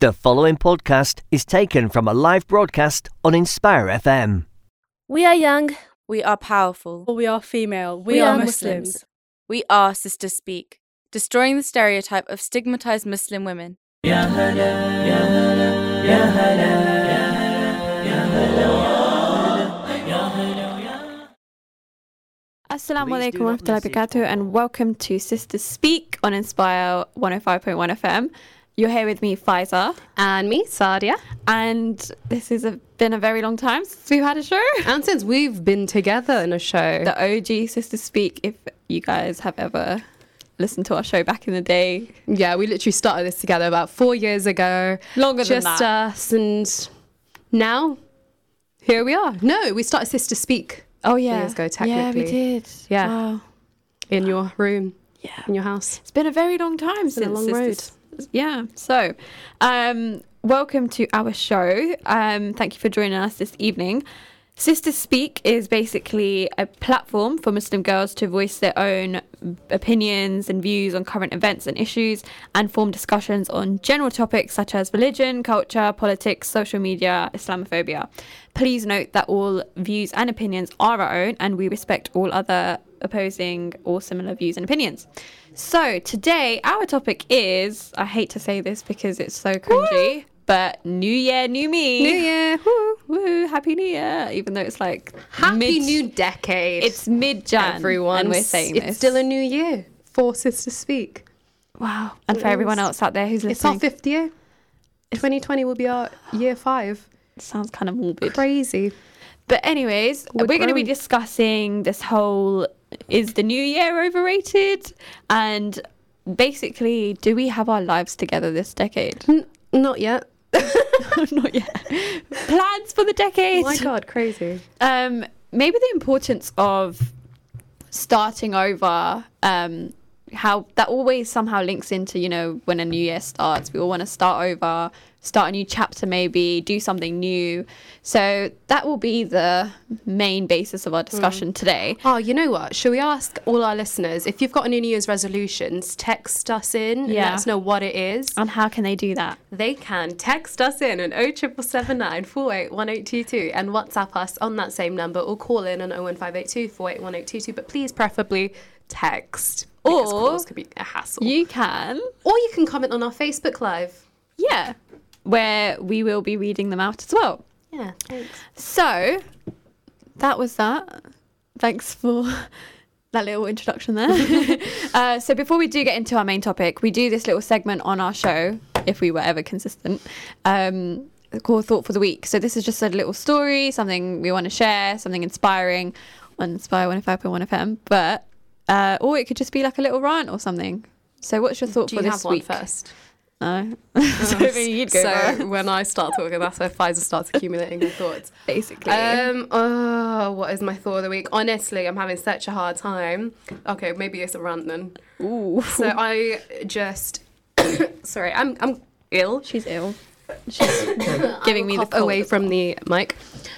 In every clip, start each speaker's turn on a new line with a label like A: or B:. A: The following podcast is taken from a live broadcast on Inspire FM.
B: We are young. We are powerful.
C: We are female. We, are, Muslims.
B: We are Sister Speak, destroying the stereotype of stigmatized Muslim women.
D: Assalamu
A: Please do not
D: alaikum wa rahmatullahi
A: message.
D: wabarakatuh and welcome to Sisters Speak on Inspire 105.1 FM. You're here with me, Faisa,
C: And me, Sadia.
D: and this has a- been a very long time since we've had a show.
C: And since we've been together in a show,
D: The OG Sisters Speak, if you guys have ever listened to our show back in the day,
C: yeah, we literally started this together about four years ago.
D: Longer than
C: just
A: uh,
D: that.
C: us, and now here we are. No, we started Sister Speak
D: oh yeah,
C: years ago,
D: yeah, we
C: technically.
D: did.
C: Yeah.
D: Wow.
C: in your room,
D: yeah.
C: in your house.
D: It's been a very long time
C: been
D: since
C: a long
D: this- this- yeah. So, um, welcome to our show. Um, thank you for joining us this evening. Sisters Speak is basically a platform for Muslim girls to voice their own opinions and views on current events and issues and form discussions on general topics such as religion, culture, politics, social media, Islamophobia. Please note that all views and opinions are our own and we respect all other opposing or similar views and opinions. So today our topic is I hate to say this because it's so cringy, but New Year, New Me.
C: New Year.
D: Woo, woo, Happy New Year. Even though it's like
C: Happy
D: mid-
C: New Decade.
D: It's mid Jan.
C: everyone.
D: And we're saying
C: it's
D: this.
C: still a new year for Sister Speak.
D: wow. And
C: it
D: for everyone
C: is.
D: else out there who's
C: It's our
D: listening,
C: fifth year. 2020 will be our year five.
D: it sounds kind of morbid.
C: Crazy.
D: But anyways,
C: We're
D: we're, going to be
C: grown.
D: discussing this whole is the new year overrated and basically do we have our lives together this decade?
C: N- not yet.
D: Not yet. Plans for the decade.
C: My God, crazy.
D: um, maybe the importance of starting over um, how that always somehow links into you know when a new year starts we all want to start over start a new chapter maybe do something new so that will be the main basis of our discussion today
C: Oh, you know what? Should we ask all our listeners if you've got any New Year's resolutions, text us in and let
D: Yeah.
C: us know what it is.
D: and how can they do that
C: Uh, They can text us in on 07779 481822 and WhatsApp us on that same number or call in on 01582 481822. But please, preferably text. because
D: Or-
C: calls could be a hassle.
D: you can
C: or you can comment on our Facebook Live.
D: yeah where we will be reading them out as well
C: Yeah, thanks.
D: So that was that. Thanks for that little introduction there. uh, so before we do get into our main topic, we do this little segment on our show, if we were ever consistent, um, called Thought for the Week. So this is just a little story, something we want to share, something inspiring on Inspire 105.1 FM. But, uh, or it could just be like a little rant or something. So what's your thought
C: Do
D: for
C: you
D: this
C: have one
D: week?
C: first?
D: No. so maybe you'd go
C: so
D: first,
C: when I start talking, that's where Pfizer starts accumulating her thoughts.
D: basically.
C: Um, oh, what is my thought of the week? Honestly, I'm having such a hard time. Okay, maybe it's a rant then.
D: Ooh.
C: So I just, sorry, I'm I'm ill.
D: She's ill. She's
C: I
D: giving
C: will
D: me the
C: cough away
D: cold.
C: from the mic.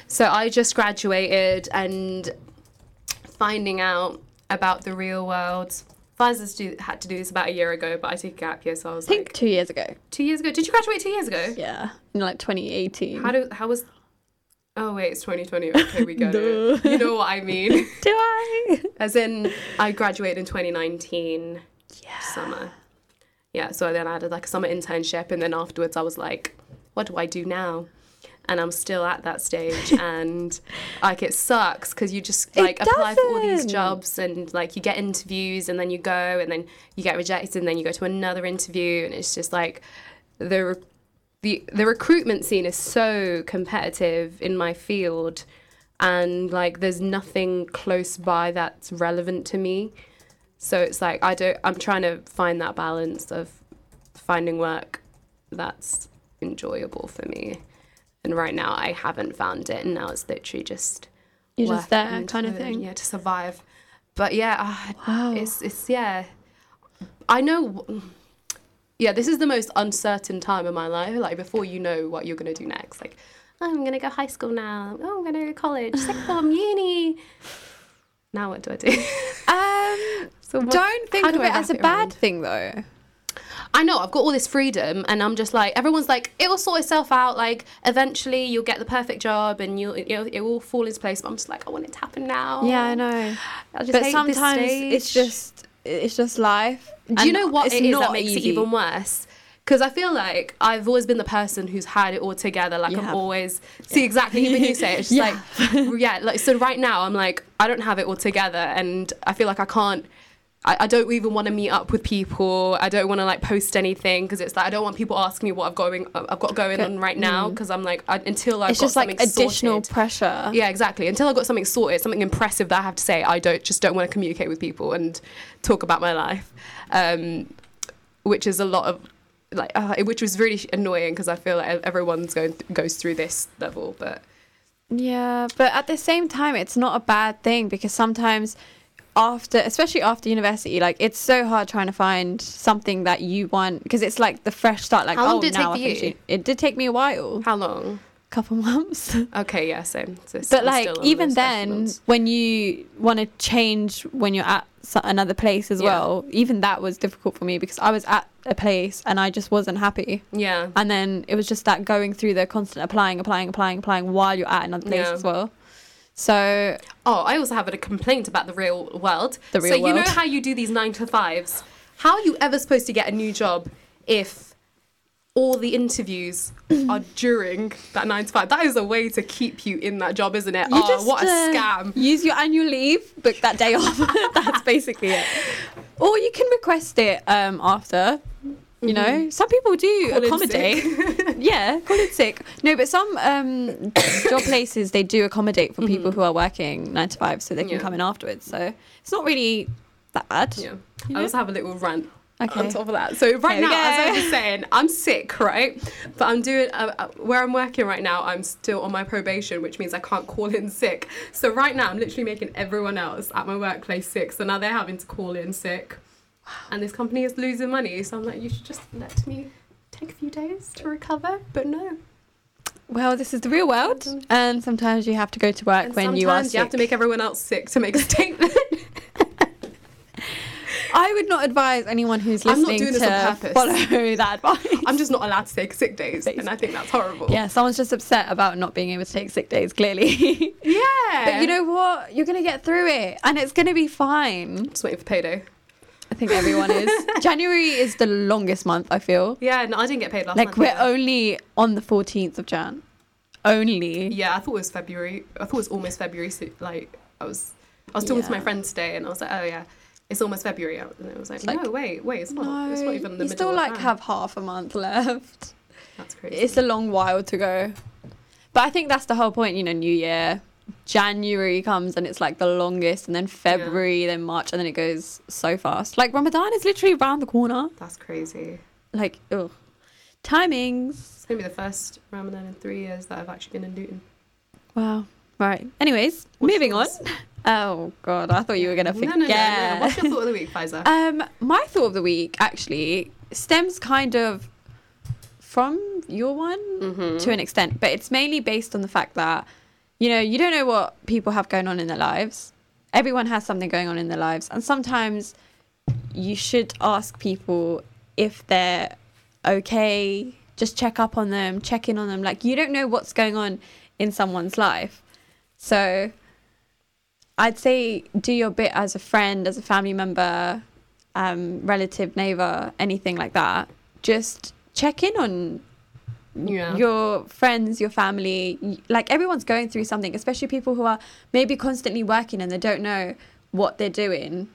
C: So I just graduated and finding out about the real world. Pfizer's do, had to do this about a year ago, but I took a gap year, so I was
D: I think
C: like
D: two years ago.
C: two years ago. Did you graduate two years ago?
D: Yeah, in like 2018.
C: How do how was? Oh wait, it's 2020. Okay, we get it. You know what I mean.
D: do I?
C: As in, I graduated in 2019 summer. Yeah, so then I had like a summer internship, and then afterwards I was like, what do I do now? And I'm still at that stage, and like it sucks because you just
D: It
C: like apply for all these
D: doesn't.
C: jobs, and like you get interviews, and then you go, and then you get rejected, and then you go to another interview, and it's just like the re- the the recruitment scene is so competitive in my field and like there's nothing close by that's relevant to me so it's like i don't i'm trying to find that balance of finding work that's enjoyable for me and right now i haven't found it and now it's literally just
D: You're just
C: work
D: there
C: and-
D: kind of thing.
C: yeah to survive but yeah ah,
D: Wow.
C: it's it's yeah i know yeah, this is the most uncertain time in my life. Like before you know what you're gonna do next. Like, oh, I'm gonna go high school now. Oh, I'm gonna go to college, second form, uni. Now what do I do?
D: Um,
C: so what-
D: don't think
C: how do
D: of
C: I
D: it as a
C: wrap
D: bad
C: around?
D: thing though.
C: I know I've got all this freedom, and I'm just like everyone's like it will sort itself out. Like eventually you'll get the perfect job, and you'll it'll, it will fall into place. But I'm just like I want it to happen now.
D: Yeah, I know.
C: Oh. I just hate
D: but
C: this
D: sometimes it's
C: stage.
D: just it's just life.
C: Do you
D: And
C: know what
D: it's
C: it is
D: not
C: that makes
D: easy.
C: it even worse? Because I feel like I've always been the person who's had it all together. Like
D: You
C: I'm
D: have.
C: always see exactly even you say it. It's just
D: Yeah.
C: like yeah. Like so right now I'm like I don't have it all together, and I feel like I can't. I, I don't even want to meet up with people. I don't want to like post anything because it's like I don't want people asking me what I've going I've got going on right now because I'm like I, until I've
D: mm. It's
C: got
D: just like
C: something
D: additional
C: sorted-
D: pressure.
C: yeah, exactly. Until I got something sorted, something impressive that I have to say, I don't just don't want to communicate with people and talk about my life, um, which is a lot of like, uh, which was really annoying because I feel like everyone's going goes through this level. But
D: Yeah, but at the same time, it's not a bad thing because sometimes after, especially after university, like it's so hard trying to find something that you want because it's like the fresh start. Like,
C: How long
D: oh,
C: did it take
D: now
C: for
D: I finished
C: you?
D: uni- It did take me a while,
C: how long?
D: a couple months.
C: Okay, yeah, same. So it's-
D: But
C: I'm
D: like
C: still on
D: even
C: those fresh
D: then,
C: ones.
D: when you want to change when you're at so- another place as
C: Yeah.
D: well, even that was difficult for me because I was at a place and I just wasn't happy.
C: yeah,
D: And then it was just that going through the constant applying, applying, applying, applying while you're at another place
C: Yeah.
D: as well. So
C: Oh, I also have a complaint about the real world.
D: The real
C: so you know
D: world.
C: how you do these nine to fives? How are you ever supposed to get a new job if all the interviews are during that nine to five? That is a way to keep you in that job, isn't it?
D: you
C: oh,
D: just
C: what a
D: uh,
C: scam.
D: Use your annual leave, book that day off. That's basically it. Or you can request it um, after. You know, some people do
C: Mm-hmm. Call in
D: accommodate. yeah, call it sick. No, but some um, job places they do accommodate for people who are working nine to five, so they can
C: Mm-hmm. Yeah.
D: come in afterwards. So it's not really that bad.
C: Yeah.
D: You
C: I
D: know?
C: also have a little rant
D: Okay.
C: on top of that. So right now,
D: There we
C: as I
D: go.
C: was just saying, I'm sick, right? But I'm doing uh, uh, where I'm working right now. I'm still on my probation, which means I can't call in sick. So right now, I'm literally making everyone else at my workplace sick. So now they're having to call in sick, and this company is losing money. So I'm like, you should just let me take a few days to recover. But no,
D: Well, this is the real world, and sometimes you have to go to
C: Mm-hmm.
D: work
C: and
D: when
C: sometimes
D: you are sick.
C: you have to make everyone else sick to make a statement.
D: I would not advise anyone who's
C: I'm not
D: listening
C: doing this on
D: to
C: purpose.
D: follow that advice.
C: I'm just not allowed to take sick days, and I think that's horrible.
D: Yeah, someone's just upset about not being able to take sick days, clearly.
C: Yeah.
D: but you know what? You're going to get through it and it's going to be fine.
C: just waiting for payday.
D: I think everyone is. January is the longest month, I feel.
C: Yeah, no, I didn't get paid last
D: Like,
C: month.
D: we're
C: either.
D: only on the 14th of Jan. Only.
C: Yeah, I thought it was February. I thought it was almost February. So, like I was, I was talking to
D: Yeah.
C: my friends today, and I was like, oh yeah, it's almost February. And I was like,
D: It's like-
C: no, wait, wait, it's not.
D: No,
C: it's not even the middle.
D: you still
C: of
D: like
C: Jan."
D: have half a month left.
C: That's crazy.
D: It's a long while to go. But I think that's the whole point, you know, New Year. January comes and it's like the longest, and then February, then March, and then it goes so fast. Like Ramadan is literally around the corner.
C: That's crazy.
D: Like, ugh. Timings.
C: It's gonna be the first Ramadan in three years that I've actually been in Newton.
D: Wow. Right. Anyways,
C: What's
D: moving
C: yours?
D: on. Oh, God. I thought you were going to
C: No,
D: forget.
C: no, no, no. What's your thought of the week, Pfizer?
D: Um, my thought of the week actually stems kind of from your one
C: Mm-hmm.
D: to an extent, but it's mainly based on the fact that you know you don't know what people have going on in their lives. Everyone has something going on in their lives, and sometimes you should ask people if they're okay. Just check up on them, check in on them. Like you don't know what's going on in someone's life, so I'd say do your bit as a friend, as a family member, um, relative, neighbor, anything like that. Just check in on
C: yeah.
D: your friends, your family. Y- Like everyone's going through something, especially people who are maybe constantly working and they don't know what they're doing.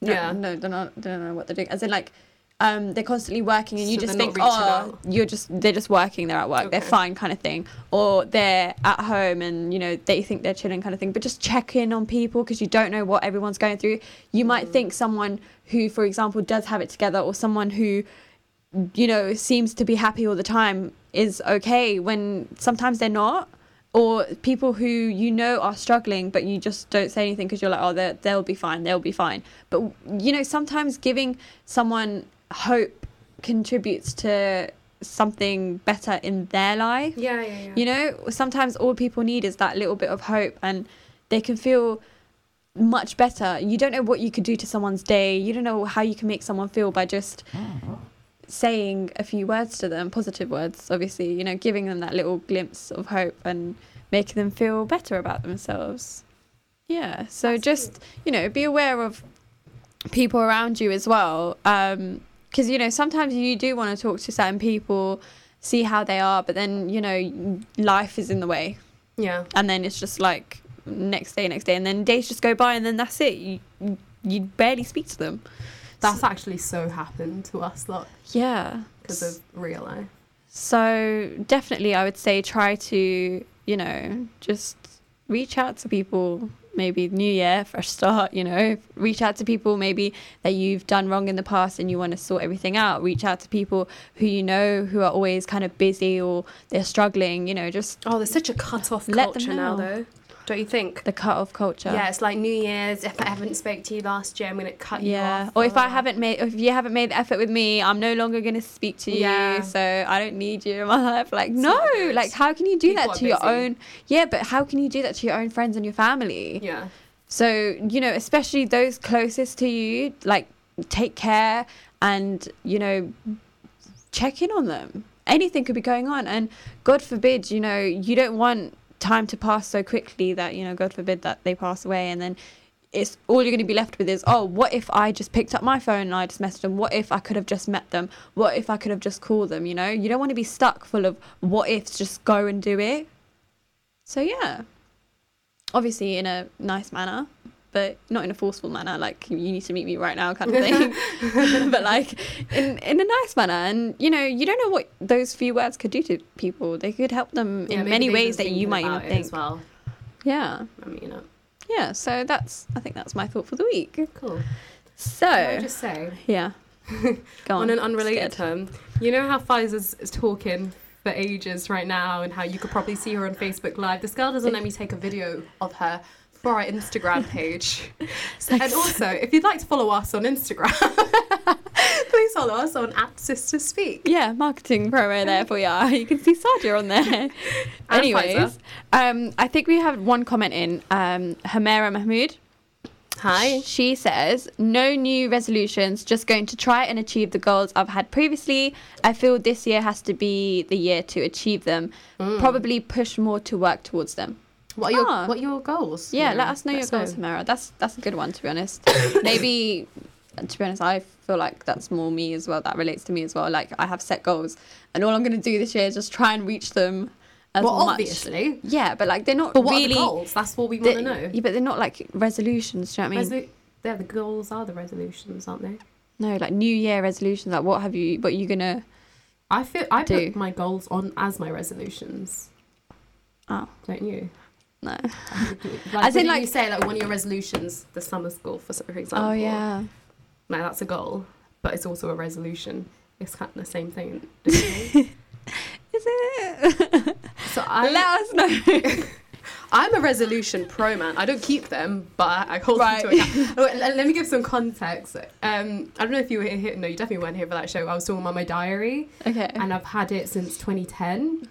D: No,
C: Yeah.
D: no, they're not. They don't know what they're doing. As in, like, um, they're constantly working, and you
C: So
D: just
C: they're not
D: think,
C: reaching
D: oh,
C: out.
D: you're just they're just working. They're at work. They're
C: Okay.
D: fine, kind of thing. Or they're at home, and you know they think they're chilling, kind of thing. But just check in on people because you don't know what everyone's going through. You might think someone who, for example, does have it together, or someone who you know, seems to be happy all the time is okay when sometimes they're not. Or people who you know are struggling, but you just don't say anything because you're like, oh, they're- they'll be fine, they'll be fine. But, you know, sometimes giving someone hope contributes to something better in their life.
C: yeah, yeah, yeah.
D: You know, sometimes all people need is that little bit of hope and they can feel much better. You don't know what you could do to someone's day. You don't know how you can make someone feel by just saying a few words to them, positive words, obviously, you know, giving them that little glimpse of hope and making them feel better about themselves. Yeah. So just, you know, be aware of people around you as well. Um, because you know sometimes you do want to talk to certain people see how they are but then you know life is in the way
C: Yeah.
D: and then it's just like next day next day and then days just go by and then that's it you you barely speak to them
C: That's actually so happened to us, lot
D: yeah
C: because of real life.
D: so definitely i would say try to you know just reach out to people maybe new year fresh start you know reach out to people maybe that you've done wrong in the past and you want to sort everything out reach out to people who you know who are always kind of busy or they're struggling you know just
C: Oh, there's such a cut off
D: Let them
C: culture now,
D: know.
C: though. Don't you think?
D: the cut off culture
C: Yeah, it's like New Year's. If I haven't spoke to you last year, I'm gonna cut you
D: yeah
C: off.
D: or if i
C: Oh.
D: haven't made or if you haven't made the effort with me i'm no longer going to speak to you
C: Yeah.
D: so i don't need you in my life like no
C: not good.
D: like how can you do
C: People
D: that
C: are
D: to your
C: busy.
D: own yeah but how can you do that to your own friends and your family
C: Yeah.
D: so you know especially those closest to you like take care and you know check in on them anything could be going on and god forbid you know you don't want time to pass so quickly that you know god forbid that they pass away and then it's all you're going to be left with is oh what if i just picked up my phone and i just messaged them what if i could have just met them what if i could have just called them you know you don't want to be stuck full of what ifs just go and do it so yeah obviously in a nice manner but not in a forceful manner like you need to meet me right now kind of thing but like in in a nice manner and you know you don't know what those few words could do to people they could help them
C: Yeah,
D: in
C: maybe
D: many
C: they've been
D: ways that you
C: thinking
D: might even
C: about it
D: think
C: as well.
D: yeah
C: I mean, you know,
D: yeah so that's i think that's my thought for the week
C: cool.
D: so
C: Can I just say
D: yeah go on,
C: on an unrelated
D: Scared.
C: term, you know how Pfizer's is talking for ages right now, and how you could probably see her on Facebook Live. This girl doesn't let me take a video of her for our Instagram page. and also, if you'd like to follow us on Instagram, please follow us on at Sister Speak.
D: yeah,
C: Mm.
D: marketing promo there for ya. You can see Sadia on there. Anyways,
C: Pfizer.
D: um, I think we have one comment in. Um, Hamera Mahmood.
C: Hi.
D: She says, No new resolutions, just going to try and achieve the goals I've had previously. I feel this year has to be the year to achieve them.
C: Mm.
D: Probably push more to work towards them.
C: What are your
D: Ah.
C: What are your goals?
D: Yeah,
C: Mira?
D: let us know your goals, Hamera. That's that's a good one to be honest. Maybe to be honest, I feel like that's more me as well. That relates to me as well. Like I have set goals and all I'm gonna do this year is just try and reach them as
C: Well,
D: much.
C: obviously.
D: Yeah, but like they're not
C: But what
D: really
C: are the goals? That's what we want to
D: they're-
C: know.
D: Yeah, but they're not like resolutions, do you know what I mean?
C: Resolu- yeah, the goals are the resolutions, aren't they?
D: no, like New Year resolutions, like what have you what are you gonna
C: I feel I
D: Do.
C: put my goals on as my resolutions.
D: Oh,
C: Don't you?
D: no.
C: Like,
D: As in,
C: wouldn't
D: like-
C: you say like one of your resolutions, the summer school for for example.
D: Oh yeah.
C: Like that's a goal, but it's also a resolution. It's kind of the same thing. don't you think?
D: Is it?
C: so I,
D: Let us know.
C: I'm a resolution pro man. I don't keep them, but I I hold
D: Right.
C: them to account. Oh, wait, let, let me give some context. Um, I don't know if you were here. No, you definitely weren't here for that show. I was talking about my diary,
D: okay.
C: and I've had it since 2010,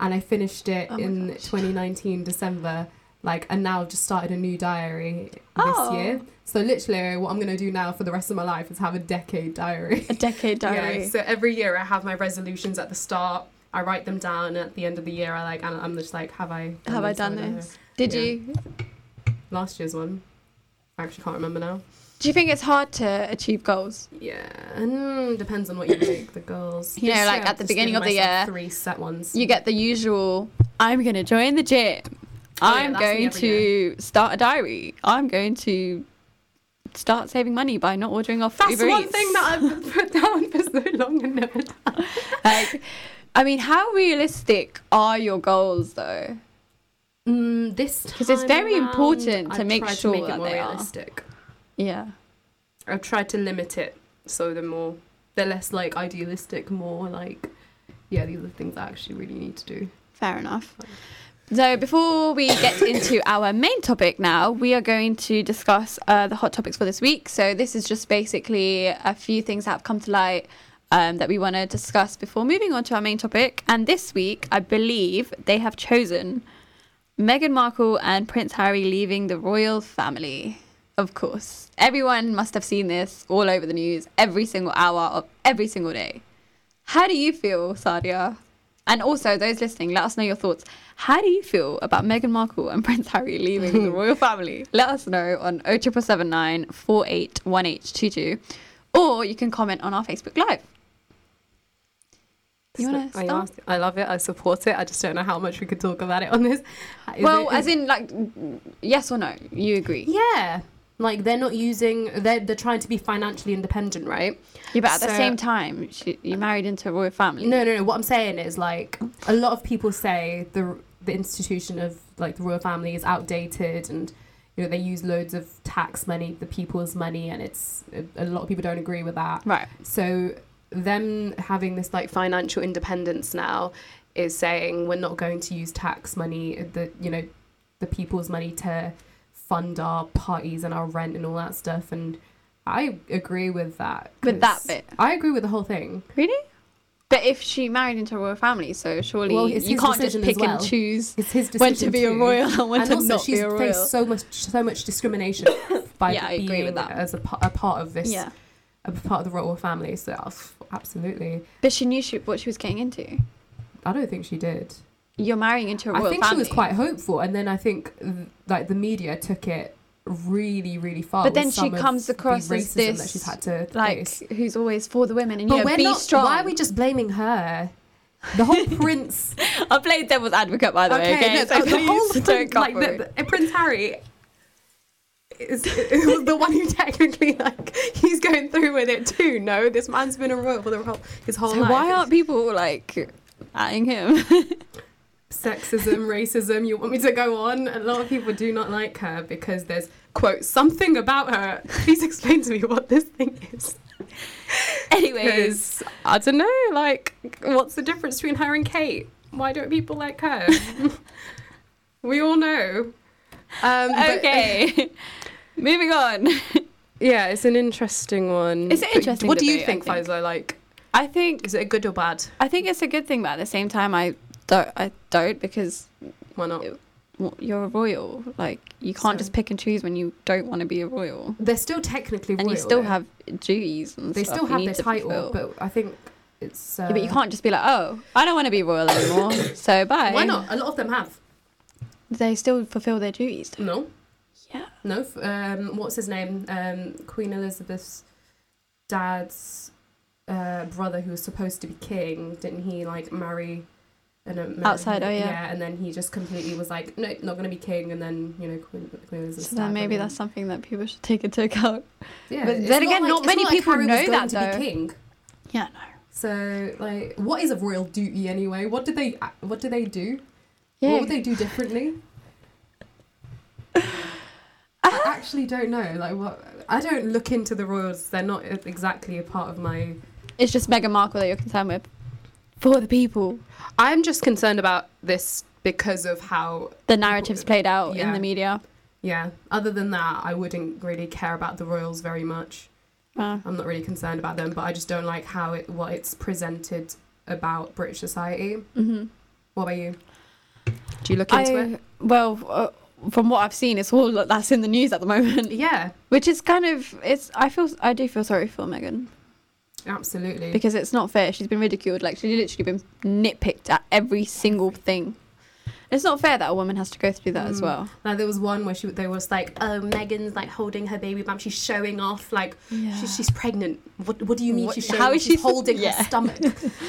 C: and I finished it
D: Oh my
C: in
D: gosh.
C: 2019 December. Like, and now I've just started a new diary this
D: Oh.
C: year. So literally, what I'm gonna do now for the rest of my life is have a decade diary.
D: A decade diary.
C: Yeah, so every year I have my resolutions at the start. I write them down, and at the end of the year, I like, and I'm just like, have I done
D: have I
C: this?
D: done
C: I done
D: this? Did
C: Yeah.
D: you
C: Last year's one. I actually can't remember now.
D: Do you think it's hard to achieve goals?
C: Yeah, mm, depends on what you make the goals.
D: You know,
C: This
D: like,
C: year,
D: at
C: I've
D: the
C: just
D: beginning
C: given
D: of the
C: myself
D: year,
C: three set ones.
D: You get the usual, I'm going to join the gym.
C: Oh, yeah,
D: I'm
C: that's me
D: going
C: every
D: to start a diary. I'm going to start saving money by not ordering off
C: That's
D: Uber
C: one
D: Eats."
C: thing that I've put down for so long and never done.
D: like, I mean, how realistic are your goals though?
C: Mm, this
D: 'Cause it's
C: time
D: very
C: around,
D: important to
C: I've
D: make
C: tried
D: sure
C: to make
D: that
C: it more
D: they are.
C: realistic.
D: Yeah.
C: I've tried to limit it so they're more, they're less like idealistic, more like, yeah, these are the things I actually really need to do.
D: Fair enough. So, before we get into our main topic now, we are going to discuss uh, the hot topics for this week. So, this is just basically a few things that have come to light um, that we want to discuss before moving on to our main topic. And this week, I believe they have chosen Meghan Markle and Prince Harry leaving the royal family. Of course. Everyone must have seen this all over the news every single hour of every single day. How do you feel, Sadia? And also, those listening, let us know your thoughts. How do you feel about Meghan Markle and Prince Harry leaving the royal family? Let us know on 07779 481822, or you can comment on our Facebook Live. You want to
C: I,
D: start?
C: asked- I love it. I support it. I just don't know how much we could talk about it on this. Is
D: Well,
C: it-
D: as in, like, yes or no? You agree?
C: yeah, like they're not using. They're they're trying to be financially independent, right?
D: Yeah, but at the
C: So-
D: same time, she, you married into a royal family.
C: No, no, no. What I'm saying is like a lot of people say the the institution of like the royal family is outdated and you know they use loads of tax money, the people's money, and it's a, a lot of people don't agree with that.
D: Right.
C: So them having this like financial independence now is saying we're not going to use tax money, the you know, the people's money to fund our parties and our rent and all that stuff. And I agree with that.
D: With that
C: 'cause
D: bit.
C: I agree with the whole thing.
D: Really? But if she married into a royal family, so surely
C: Well, it's
D: you
C: his
D: can't just
C: decision as
D: pick
C: well.
D: and choose
C: It's his decision
D: when to be a
C: too.
D: royal and when
C: and
D: to
C: also
D: not
C: she's
D: be a royal.
C: faced so much so much discrimination by
D: Yeah, I
C: being
D: agree with that.
C: as a, pa- a part of this
D: yeah,
C: a part of the royal family so that's- absolutely
D: but she knew she, what she was getting into.
C: i don't think she did
D: You're marrying into a royal
C: i think
D: family.
C: she was quite hopeful and then i think th- like the media took it really really far
D: But then
C: with
D: she
C: some of
D: comes
C: the
D: across as
C: racism that
D: this,
C: she's had to
D: like
C: face.
D: who's always for the women and
C: but
D: you know,
C: we're
D: be
C: not
D: strong.
C: why are we just blaming her the whole prince
D: I played devil's advocate by the way. Okay,
C: no,
D: so
C: the whole
D: please
C: Prince,
D: don't go
C: like
D: for it.
C: the, the- Prince Harry is, is the one who technically like he's going through with it too. No, this man's been a royal for the whole his whole
D: So
C: life.
D: why aren't people like adding him?
C: sexism, racism? You want me to go on? A lot of people do not like her because there's quote something about her. Please explain to me what this thing is.
D: Anyways,
C: Because I don't know, like what's the difference between her and Kate? Why don't people like her? we all know. Um, but-
D: okay, moving on.
C: Yeah, it's an interesting one.
D: It's an
C: But
D: interesting
C: What do you
D: debate, I
C: think,
D: think.
C: Faisal? Like,
D: I think
C: is it good or bad?
D: I think it's a good thing, but at the same time, I don't. I don't because
C: Why not?
D: well, you're a royal. Like you can't
C: So-
D: just pick and choose when you don't want to be a royal,
C: They're still technically
D: and you
C: royal,
D: still
C: though.
D: have duties and
C: they
D: stuff
C: still
D: you
C: have
D: need
C: their
D: to
C: title,
D: fulfill.
C: but I think it's. Uh,
D: Yeah, but you can't just be like, oh, I don't want to be royal anymore, so bye.
C: Why not? A lot of them have.
D: They still fulfil their duties. Though.
C: No,
D: Yeah.
C: no. f- Um, what's his name? Um, Queen Elizabeth's dad's uh, brother, who was supposed to be king, didn't he like marry? An American?
D: Outsider, oh, yeah.
C: Yeah, and then he just completely was like, no, not gonna be king, and then you know, Queen, Queen Elizabeth's
D: So
C: dad
D: then
C: got
D: maybe
C: in.
D: that's something that people should take into account.
C: Yeah,
D: But
C: it's
D: then again, not
C: it's
D: many people
C: Harry was
D: know
C: going
D: that,
C: to be
D: though.
C: king.
D: Yeah, no.
C: So, like, what is a royal duty anyway? What do they What do they do? What
D: Yeah.
C: would they do differently? I actually don't know. Like, what I don't look into the royals. They're not exactly a part of my.
D: It's just Meghan Markle that you're concerned with. For the people,
C: I'm just concerned about this because of how.
D: the narrative's played out in
C: Yeah.
D: the media.
C: Yeah. Other than that, I wouldn't really care about the royals very much.
D: Uh,
C: I'm not really concerned about them, but I just don't like how it what it's presented about British society.
D: mm-hmm.
C: What about you? Do you look
D: I, well, uh, from what I've seen, it's all that's in the news at the moment,
C: Yeah,
D: which is kind of it's. I feel I do feel sorry for Megan
C: absolutely.
D: because it's not fair. She's been ridiculed. Like she's literally been nitpicked at every single thing. It's not fair that a woman has to go through that as
C: Mm.
D: well.
C: like there was one where she they was like, "Oh, Megan's like holding her baby bump. She's showing off. Like
D: Yeah.
C: she's, she's pregnant. What what do you mean
D: What-
C: she's showing?
D: how
C: off?
D: is she
C: she's
D: sup-
C: holding
D: Yeah.
C: her stomach?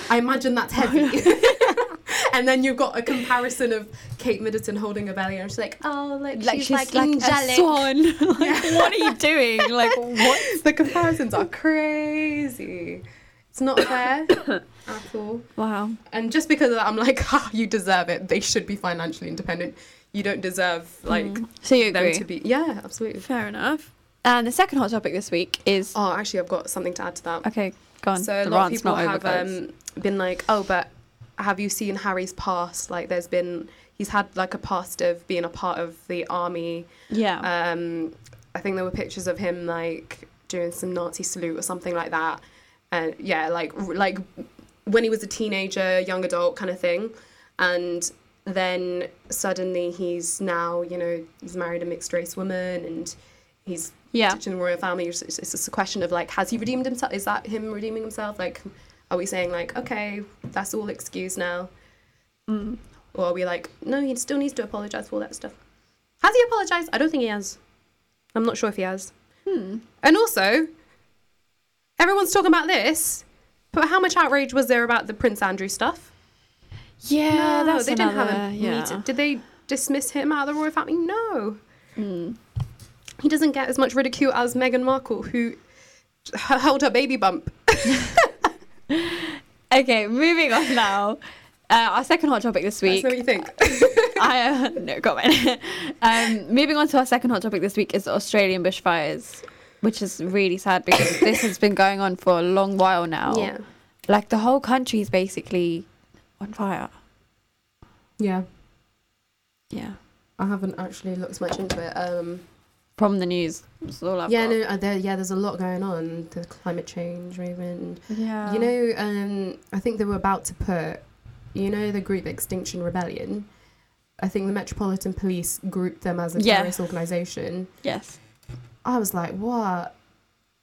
C: I imagine that's heavy." and then you've got a comparison of Kate Middleton holding her belly, and she's like, "Oh, like, she's, like, angelic."
D: a swan. like, what are you doing? Like what?
C: the comparisons are crazy. It's not fair at all.
D: Wow.
C: And just because of that, I'm like, ah, you deserve it. They should be financially independent. You don't deserve like
D: So you
C: them
D: Mm-hmm. agree?
C: to be. Yeah, absolutely.
D: fair enough. And the second hot topic this week is
C: Oh, actually, I've got something to add to that.
D: okay. Go on.
C: So a
D: The
C: lot of
D: rant's
C: people
D: not over,
C: have
D: folks.
C: um, been like, oh, but have you seen Harry's past? Like, there's been he's had like a past of being a part of the army.
D: yeah.
C: Um, I think there were pictures of him like doing some Nazi salute or something like that, and yeah, like r- like when he was a teenager, young adult kind of thing, and then suddenly he's now you know he's married a mixed race woman and he's
D: Yeah.
C: teaching the royal family. It's, it's, it's just a question of like, has he redeemed himself? Is that him redeeming himself? Like, Are we saying like, okay, that's all excused now? Or are we like, no, he still needs to apologize for all that stuff? Has he apologized? I don't think he has. I'm not sure if he has. And also, everyone's talking about this, but how much outrage was there about the Prince Andrew stuff?
D: Yeah,
C: no,
D: that's
C: Oh, they
D: another,
C: didn't have a
D: yeah.
C: meeting. Did they dismiss him out of the royal family? No.
D: Hmm.
C: He doesn't get as much ridicule as Meghan Markle, who h- held her baby bump.
D: Okay, moving on now. Uh, our second hot topic this
C: That's
D: week.
C: what you think.
D: I uh, no comment. um, moving on to our second hot topic this week is the Australian bushfires, which is really sad because this has been going on for a long while now.
C: Yeah.
D: like the whole country is basically on fire.
C: Yeah,
D: Yeah,
C: I haven't actually looked much into it. Um,
D: from the news. That's all I've
C: yeah,
D: got.
C: no, uh, there, yeah, there's a lot going on. The climate change movement. and
D: yeah,
C: You know, um, I think they were about to put, you know, the group Extinction Rebellion. I think the Metropolitan Police grouped them as a
D: Yeah.
C: terrorist organisation.
D: Yes,
C: I was like, what?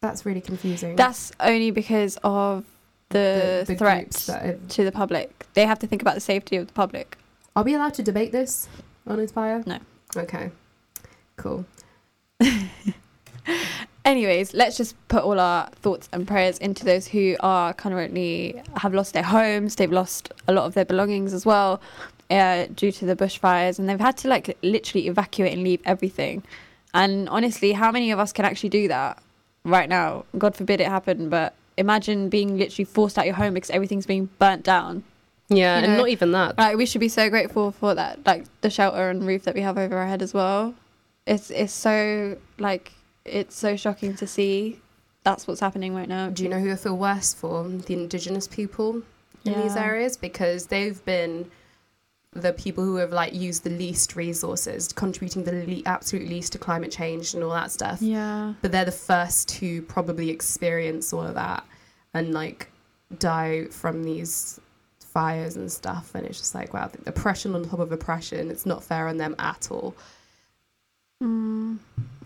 C: That's really confusing.
D: that's only because of the,
C: groups
D: threat
C: That are-
D: to the public. They have to think about the safety of the public.
C: are we allowed to debate this on Inspire?
D: No.
C: Okay. Cool.
D: Anyways, let's just put all our thoughts and prayers into those who are currently have lost their homes. They've lost a lot of their belongings as well uh, due to the bushfires, and they've had to like literally evacuate and leave everything. And honestly, how many of us can actually do that right now? God forbid it happened, but imagine being literally forced out your home because everything's being burnt down.
C: Yeah,
D: You and know- not
C: even that.
D: Like we should be so grateful for that, like the shelter and roof that we have over our head as well. It's it's so like it's so shocking to see. That's what's happening right now.
C: Do you know who I feel worse for? The indigenous people in these
D: Yeah.
C: areas because they've been the people who have like used the least resources, contributing the le- absolute least to climate change and all that stuff.
D: Yeah.
C: But they're the first to probably experience all of that and like die from these fires and stuff. And it's just like, wow, the oppression on top of oppression. It's not fair on them at all.
D: Mm,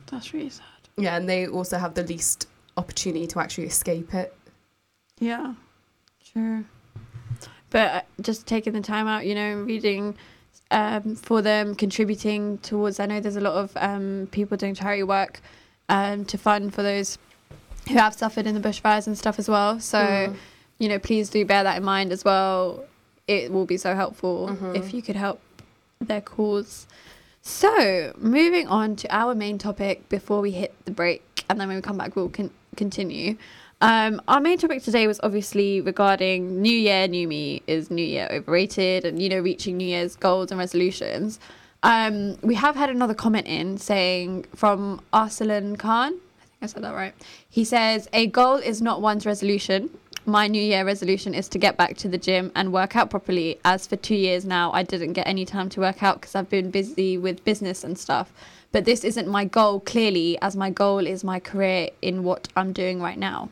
D: that's really sad.
C: Yeah, and they also have the least opportunity to actually escape it.
D: Yeah. Sure. But uh, just taking the time out, you know, reading um, for them, contributing towards. I know there's a lot of um, people doing charity work um, to fund for those who have suffered in the bushfires and stuff as well. So,
C: Mhm.
D: you know, please do bear that in mind as well. It will be so helpful
C: Mhm.
D: if you could help their cause. So, moving on to our main topic before we hit the break, and then when we come back, we'll con- continue. Um, our main topic today was obviously regarding New Year, New Me. Is New Year overrated? And, you know, reaching New Year's goals and resolutions. Um, we have had another comment in saying from Arsalan Khan. I think I said that right. He says, A goal is not one's resolution. My New Year resolution is to get back to the gym and work out properly. As for two years now, I didn't get any time to work out because I've been busy with business and stuff. But this isn't my goal, clearly, as my goal is my career in what I'm doing right now.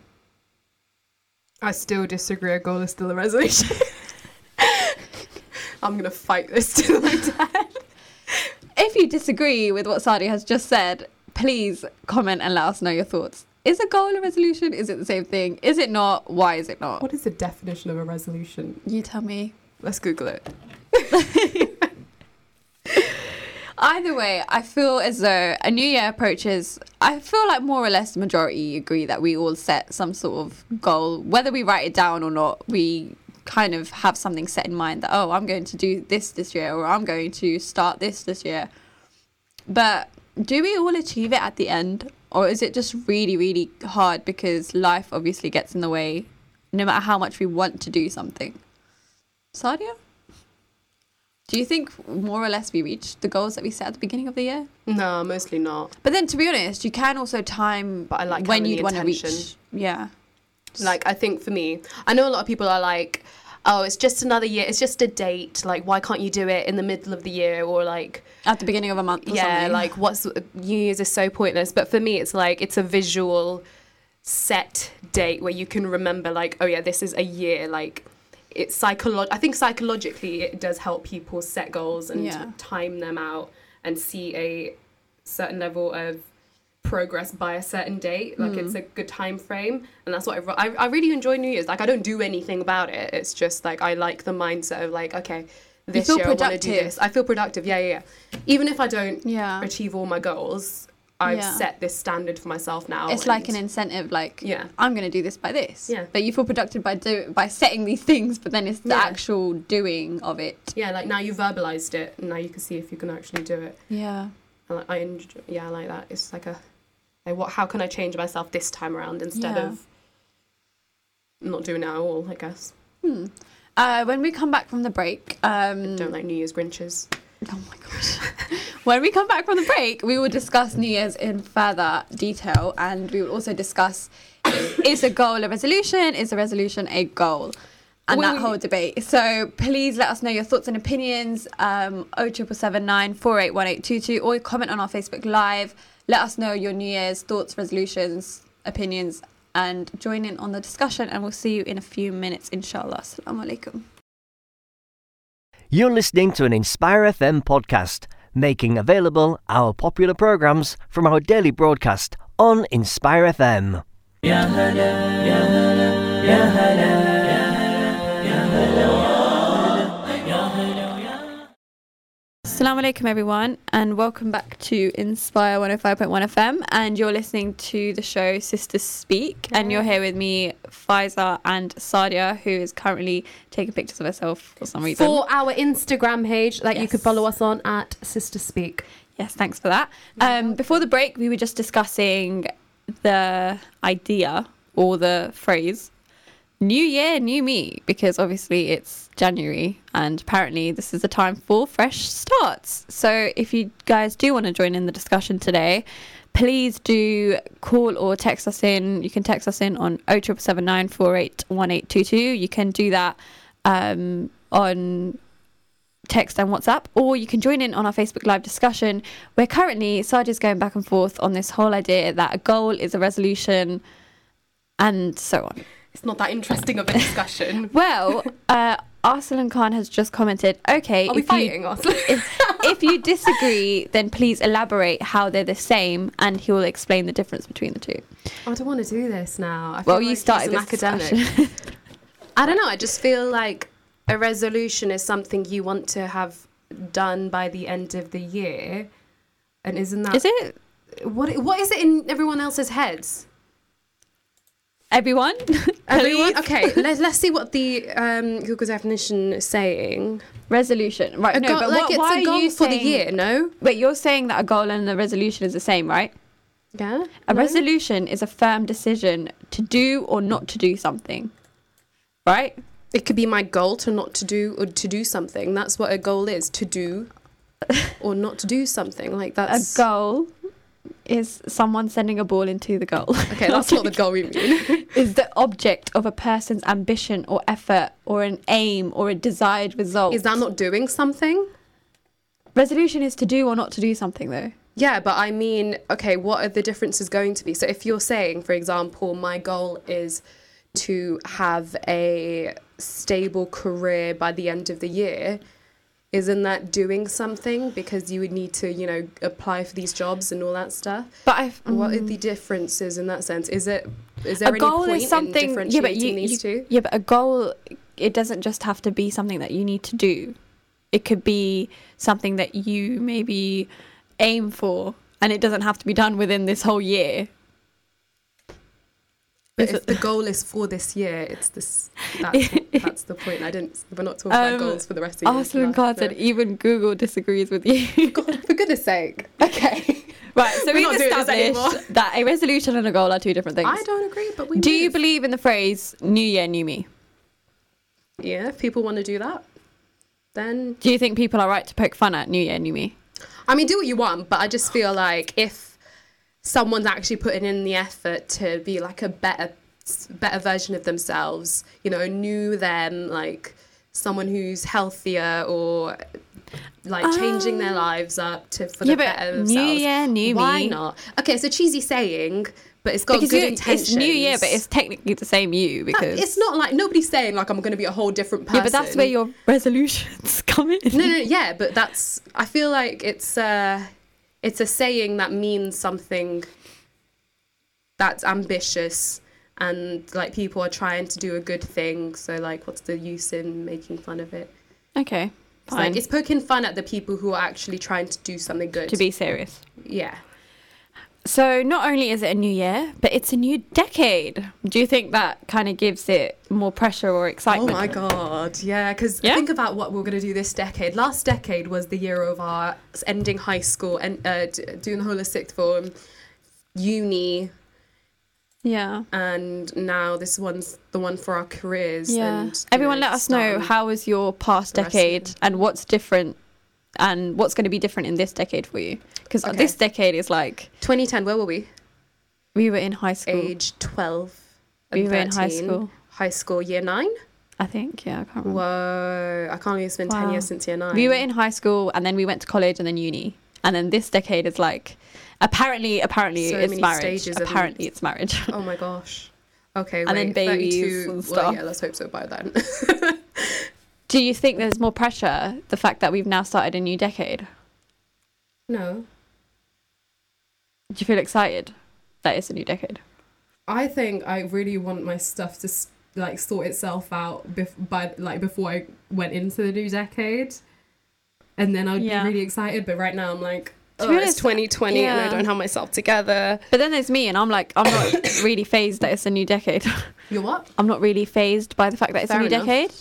C: I still disagree. A goal is still a resolution. I'm gonna fight this till I die.
D: If you disagree with what Sadi has just said, please comment and let us know your thoughts. Is a goal a resolution? Is it the same thing? Is it not? Why is it not?
C: What is the definition of a resolution?
D: You tell me.
C: Let's Google it.
D: Either way, I feel as though a new year approaches. I feel like more or less the majority agree that we all set some sort of goal, whether we write it down or not. We kind of have something set in mind that oh, I'm going to do this this year, or I'm going to start this this year. But do we all achieve it at the end, or is it just really really hard because life obviously gets in the way, no matter how much we want to do something? Sadia. Do you think more or less we reached the goals that we set at the beginning of the year?
C: No, mostly not.
D: But then, to be honest, you can also time
C: But I like
D: when
C: having
D: you'd
C: the
D: want to reach.
C: intention.
D: Yeah,
C: Like I think for me, I know a lot of people are like, "Oh, it's just another year. It's just a date. Like, why can't you do it in the middle of the year?" Or like,
D: at the beginning of a month. Or
C: yeah,
D: something.
C: like what's uh, New Year's is so pointless. But for me, it's like it's a visual set date where you can remember, like, oh yeah, this is a year. Like, it's psycholog. I think psychologically, it does help people set goals and
D: Yeah.
C: time them out and see a certain level of progress by a certain date. Like
D: Mm.
C: it's a good time frame, and that's what I, ro- I I really enjoy New Year's. Like I don't do anything about it. It's just like I like the mindset of like okay, this
E: feel
C: year I want to do
E: productive.
C: this. I feel productive. Yeah, yeah, yeah. Even if I don't
E: Yeah.
C: achieve all my goals, I've
E: Yeah.
C: set this standard for myself now.
E: It's like an
C: and-
E: incentive, like
C: Yeah.
E: I'm going to do this by this.
C: Yeah.
E: But you feel productive by do by setting these things, but then it's the
C: Yeah.
E: actual doing of it.
C: yeah, like now you verbalized it, and now you can see if you can actually do it.
E: Yeah.
C: I, like- I enjoy, yeah, I like that. It's like a, like what? How can I change myself this time around instead
E: Yeah.
C: of not doing it at all? I guess
E: Uh, when we come back from the break, um,
C: don't like New Year's Grinches.
E: oh my gosh, when we come back from the break, we will discuss New Year's in further detail, and we will also discuss is a goal a resolution? Is a resolution a goal? And
C: Well,
E: that
C: we-
E: whole debate. So please let us know your thoughts and opinions. Um, 07779 481822 or comment on our Facebook Live. Let us know your New Year's thoughts, resolutions, opinions, and join in on the discussion. And we'll see you in a few minutes, inshallah. Assalamu alaikum.
A: You're listening to an Inspire FM podcast, making available our popular programs from our daily broadcast on Inspire FM.
D: Assalamu alaikum, everyone, and welcome back to Inspire 105.1 FM. And you're listening to the show Sisters Speak, and you're here with me, Faisal and Sadia, who is currently taking pictures of herself for some reason.
C: For our Instagram page that you could
D: Yes.
C: follow us on at Sister Speak.
D: Yes, thanks for that. Um, before the break, we were just discussing the idea or the phrase New Year, New Me, because obviously it's January and apparently this is a time for fresh starts. So if you guys do want to join in the discussion today, please do call or text us in. You can text us in on 0779 481822. You can do that um, on text and WhatsApp, or you can join in on our Facebook Live discussion. Where currently Sadia's going back and forth on this whole idea that a goal is a resolution and so on.
C: It's not that interesting of a discussion.
D: Well, uh, Arsalan Khan has just commented, okay,
C: Are we
D: if you-
C: fighting us?
D: if, if you disagree, then please elaborate how they're the same, and he will explain the difference between the two.
C: I don't want to do this now. I feel
D: Well, you
C: like
D: started
C: it's
D: this
C: an academic.
D: discussion.
C: I don't know. I just feel like a resolution is something you want to have done by the end of the year, and isn't that
D: is it
C: what? What is it in everyone else's heads?
D: everyone?
C: Everyone.
D: Please?
C: Okay, let's let's see what the um, Google definition is saying.
D: Resolution, right?
C: A
D: no,
C: goal-
D: but
C: like
D: what,
C: it's
D: why
C: a
D: are you
C: goal for
D: saying,
C: the year. No.
D: But you're saying that a goal and a resolution is the same, right?
C: Yeah.
D: A
C: no?
D: resolution is a firm decision to do or not to do something, right?
C: It could be my goal to not to do or to do something. That's what a goal is to do or not to do something. Like
D: A
C: that's
D: goal is someone sending a ball into the goal.
C: Okay, that's not the goal we mean.
D: is the object of a person's ambition or effort or an aim or a desired result.
C: is that not doing something?
D: resolution is to do or not to do something though?
C: Yeah, but I mean, okay, what are the differences going to be? So if you're saying, for example, my goal is to have a stable career by the end of the year, isn't that doing something because you would need to, you know, apply for these jobs and all that stuff?
D: But I
C: What are the differences in that sense? Is it is there
D: Mm. a
C: any
D: goal
C: point
D: is something
C: in
D: yeah,
C: differentiating
D: but you,
C: these
D: you-
C: two?
D: yeah, but a goal it doesn't just have to be something that you need to do. It could be something that you maybe aim for, and it doesn't have to be done within this whole year.
C: But if the goal is for this year, it's this. That's, that's the point. I didn't. We're not talking
D: Um,
C: about goals for the rest of the year.
D: Arsenal
C: No,
D: Card
C: no.
D: said even Google disagrees with you.
C: God, for goodness sake. Okay.
D: right, so
C: We're
D: we've
C: not doing this anymore.
D: established that a resolution and a goal are two different things.
C: I don't agree, but we
D: do you
C: move.
D: believe in the phrase "New Year, New Me"?
C: Yeah, if people want to do that, then
D: Do you think people are right to poke fun at "New Year, New Me"?
C: I mean, do what you want. But I just feel like if someone's actually putting in the effort to be like a better, better version of themselves, you know, a new them, like someone who's healthier or like changing their lives up to for
D: Um, yeah,
C: the
D: but
C: better
D: new
C: themselves.
D: year, new
C: Why
D: me.
C: not? Okay, it's a cheesy saying, but it's got
D: because
C: good
D: you-
C: intentions.
D: it's New Year, but it's technically the same you
C: No,
D: because
C: it's not like nobody's saying like I'm going to be a whole different person.
D: Yeah, but that's where your resolutions come in.
C: No, no, yeah, but that's. I feel like it's. uh it's a saying that means something that's ambitious and like people are trying to do a good thing so like what's the use in making fun of it
D: Okay.
C: it's like
D: Fine.
C: it's poking fun at the people who are actually trying to do something good
D: to be serious.
C: yeah
D: So not only is it a new year, but it's a new decade. Do you think that kind of gives it more pressure or excitement?
C: Oh god yeah because
D: Yeah?
C: think about what we're going to do this decade last decade was the year of our s- ending high school and uh, d- doing the whole of sixth form uni
D: Yeah.
C: and now this one's the one for our careers
D: Yeah.
C: and you
D: Everyone
C: know,
D: let us know
C: starting-
D: how was your past
C: the rest of
D: decade
C: it.
D: and what's different and what's going to be different in this decade for you. Because
C: Okay.
D: this decade is like
C: 2010 where were we
D: we were in high school.
C: age 12
D: We
C: and
D: were in high
C: 13.
D: school.
C: high school year nine
D: I think. Yeah, I can't remember.
C: whoa i can't even spend
D: Wow.
C: 10 years since year nine
D: We were in high school and then we went to college and then uni. And then this decade is like apparently apparently
C: So
D: it's
C: many
D: marriage.
C: stages of-
D: Apparently it's marriage.
C: oh my gosh okay
D: And then
C: wait,
D: babies
C: 32
D: and
C: well
D: stuff.
C: yeah let's hope so by then
D: Do you think there's more pressure the fact that we've now started a new decade?
C: no
D: Do you feel excited that it's a new decade?
F: I think I really want my stuff to s- like sort itself out bef- by like before I went into the new decade, and then I'd
D: Yeah.
F: be really excited. But right now I'm like,
D: To
C: oh,
D: be
C: it's
D: honest,
C: 2020 and
D: yeah.
C: i don't have myself together
D: But then there's me and I'm like I'm not really phased that it's a new decade.
F: you're what?
D: I'm not really phased by the fact that it's a
C: Fair
D: new
C: enough.
D: decade.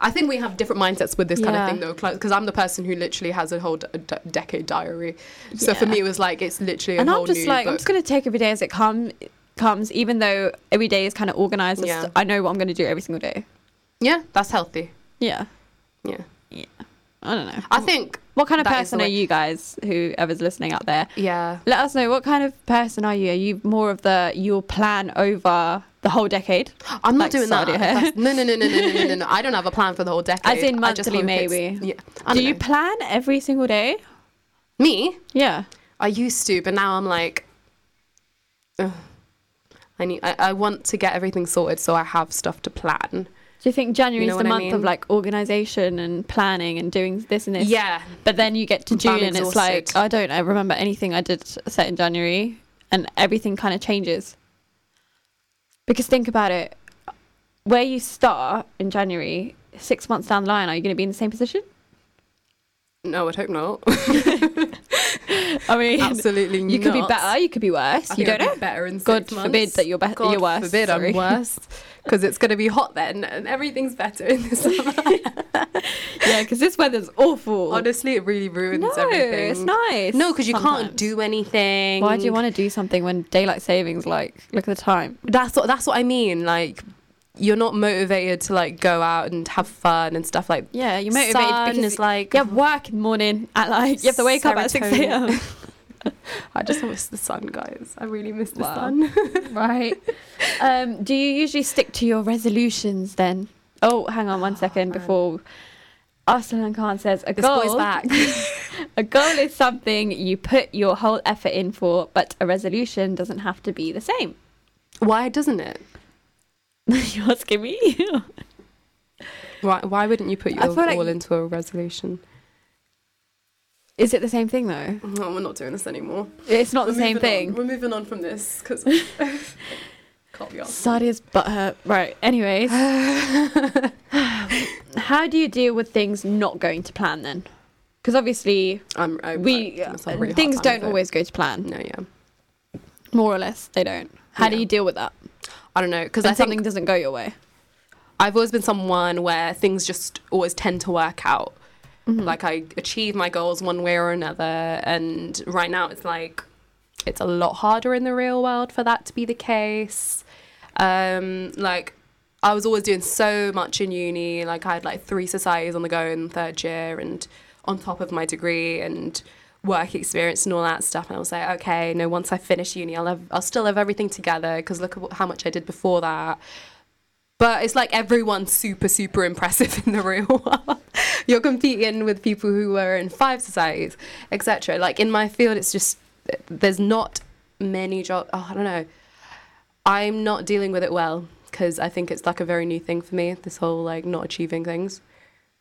C: i think we have different mindsets with this kind
D: Yeah.
C: of thing though because i'm the person who literally has a whole d- d- decade diary so for
D: Yeah.
C: me it was like it's literally a
D: and
C: whole
D: I'm just
C: new
D: like I'm
C: book.
D: just gonna take every day as it comes. Comes even though every day is kind of organized.
C: Yeah.
D: I know what I'm gonna do every single day.
C: yeah that's healthy
D: Yeah,
C: yeah
D: I don't know.
C: i think
D: What kind of
C: That is the
D: person are
C: way-
D: you guys, whoever's listening out there?
C: yeah
D: Let us know what kind of person are you? Are you more of the you'll plan over the whole decade?
C: I'm not
D: Like
C: doing that.
D: Saudi hair.
C: That's- No, no, no, no, no, no, no, no, no. I don't have a plan for the whole decade.
D: As in
C: I just
D: monthly,
C: hope it's-
D: maybe.
C: Yeah. I
D: Do
C: don't
D: you
C: know.
D: plan every single day?
C: Me?
D: Yeah.
C: I used to, but now I'm like, ugh. I need. I, I want to get everything sorted so I have stuff to plan.
D: Do you think January
C: You know
D: is the
C: what I
D: month of
C: mean?
D: like organization and planning and doing this and this?
C: Yeah.
D: But then you get to
C: I'm
D: June and it's like
C: exhausted.
D: I don't I remember anything I did set in January, and everything kind of changes. Because think about it, where you start in January, six months down the line, are you going to be in the same position?
C: No, I'd hope not.
D: I mean,
C: Absolutely
D: you could be
C: not.
D: better, you could be worse.
F: I
D: you
F: think
D: don't
F: I'd
D: know.
F: Be better in
D: God
F: six
D: forbid
F: months.
D: that you're better.
C: God
D: you're worse.
C: forbid
D: sorry.
C: I'm worse because it's gonna be hot then and everything's better in the summer.
D: yeah, because this weather's awful.
C: Honestly, it really ruins
D: no,
C: everything.
D: it's nice.
C: No, because you can't
D: sometimes.
C: do anything.
D: Why do you want to do something when daylight savings? Like, look at the time.
C: that's what that's what I mean. Like you're not motivated to like go out and have fun and stuff like.
D: Yeah, you're motivated
C: Sun
D: because
C: is like
D: you have work in the morning at like you have to wake up at six
C: Serotonin.
D: a.m.
C: I just miss the sun, guys. I really miss the
D: Wow.
C: sun.
D: right. Um, do you usually stick to your resolutions then? Oh, hang on one second before. Arslan Khan says a
C: This
D: goal.
C: boy's back.
D: a goal is something you put your whole effort in for, but a resolution doesn't have to be the same.
C: Why doesn't it?
D: You're asking me?
C: Why Why wouldn't you put your
D: I
C: all
D: feel like-
C: into a resolution?
D: is it the same thing though?
F: No, we're not doing this anymore.
D: It's not the
F: We're
D: same
F: moving on.
D: thing.
F: We're moving on from this because can't be asked.
D: Sadia's butthurt. Right. Anyways, how do you deal with things not going to plan then? Because obviously
C: I'm, I,
D: we uh,
C: I, myself a really hard
D: things
C: time
D: don't
C: with it.
D: always go to plan.
C: No, yeah.
D: More or less, they don't. How do
C: Yeah.
D: you deal with that?
C: I don't know because
D: When
C: I think
D: something doesn't go your way.
C: I've always been someone where things just always tend to work out. Like I achieve my goals one way or another, and right now it's like it's a lot harder in the real world for that to be the case. Um, like I was always doing so much in uni. Like I had like three societies on the go in third year, and on top of my degree and work experience and all that stuff. And I was like, okay, no, once I finish uni, I'll have, I'll still have everything together because look at wh- how much I did before that. But it's like everyone's super, super impressive in the real world. You're competing with people who were in five societies, etc. Like in my field, it's just there's not many jobs. Oh, I don't know. I'm not dealing with it well because I think it's like a very new thing for me. This whole like not achieving things.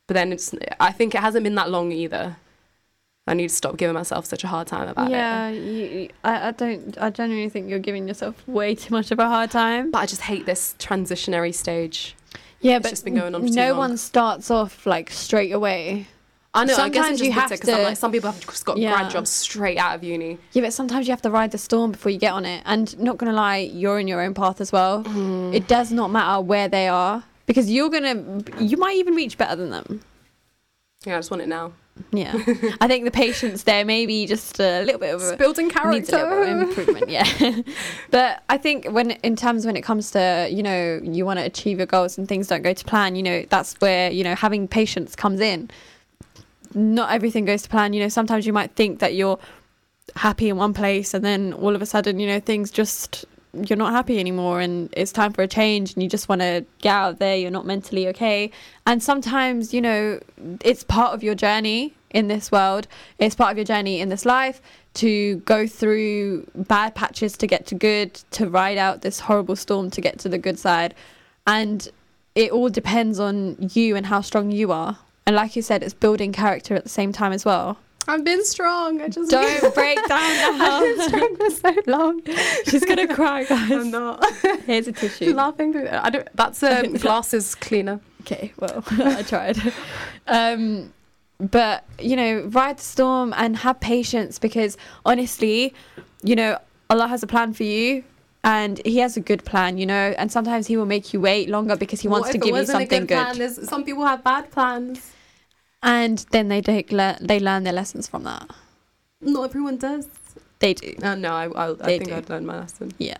C: But then it's I think it hasn't been that long either. I need to stop giving myself such a hard time about
D: yeah,
C: it.
D: you, I, I don't. I genuinely think you're giving yourself way too much of a hard time.
C: But I just hate this transitionary stage.
D: yeah,
C: it's
D: but
C: just been going on for too
D: no
C: long.
D: one starts off like straight away.
C: I know. I guess
D: Sometimes
C: it's
D: you
C: just
D: have
C: because I'm
D: to-
C: like some people have just got
D: Yeah.
C: grad jobs straight out of uni.
D: Yeah, but sometimes you have to ride the storm before you get on it. And not gonna lie, you're in your own path as well.
C: Mm.
D: It does not matter where they are because you're gonna. You might even reach better than them.
C: Yeah, I just want it now.
D: Yeah, I think the patience there maybe just a little bit of a,
C: It's building
D: needs a little bit of
C: character.
D: improvement. Yeah, but I think when in terms when it comes to you know you want to achieve your goals and things don't go to plan, you know that's where you know having patience comes in. Not everything goes to plan. You know sometimes you might think that you're happy in one place and then all of a sudden you know things just you're not happy anymore and it's time for a change and you just want to get out of there you're not mentally okay and sometimes you know it's part of your journey in this world it's part of your journey in this life to go through bad patches to get to good to ride out this horrible storm to get to the good side and it all depends on you and how strong you are and like you said it's building character at the same time as well
C: I've been strong. I just
D: don't break down now. so long. She's gonna cry,
C: I'm
D: guys.
C: not
D: Here's a tissue.
C: laughing through. That. I don't. That's a glasses cleaner.
D: Okay, well, I tried. Um, but you know, ride the storm and have patience because honestly, you know, Allah has a plan for you. And he has a good plan, you know. And sometimes he will make you wait longer because he wants
F: What if
D: to
F: it
D: give you
F: wasn't a
D: something
F: good
D: good.
F: plan? There's- some people have bad plans.
D: And then they take le- they learn their lessons from that.
F: Not everyone does.
D: They do,
F: Oh,
C: Uh, no, I, I, I
D: They
C: think
D: do.
C: I'd learned my lesson.
D: yeah,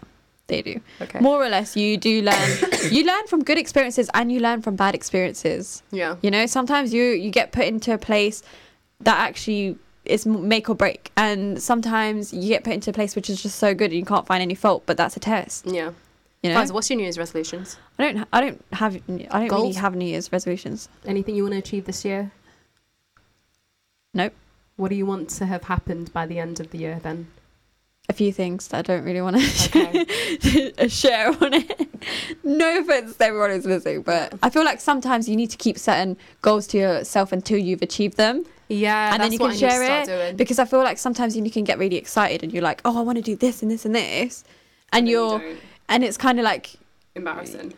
D: they do.
C: Okay.
D: More or less, you do learn. you learn from good experiences and you learn from bad experiences.
C: Yeah.
D: You know, sometimes you you get put into a place that actually is m- make or break, and sometimes you get put into a place which is just so good and you can't find any fault. But that's a test.
C: Yeah.
D: You know,
C: Guys, what's your New Year's resolutions?
D: I don't ha- I don't have I don't really
F: Goals?
D: have New Year's resolutions.
F: Anything you want to achieve this year?
D: Nope.
F: What do you want to have happened by the end of the year then?
D: A few things that I don't really want
F: Okay.
D: to share on it. no offense to everyone who's listening, but I feel like sometimes you need to keep certain goals to yourself until you've achieved them.
C: Yeah,
D: and then you can share it because I feel like sometimes you can get really excited and you're like, oh, I want to do this and this and this, and you're and it's kind of like
C: embarrassing.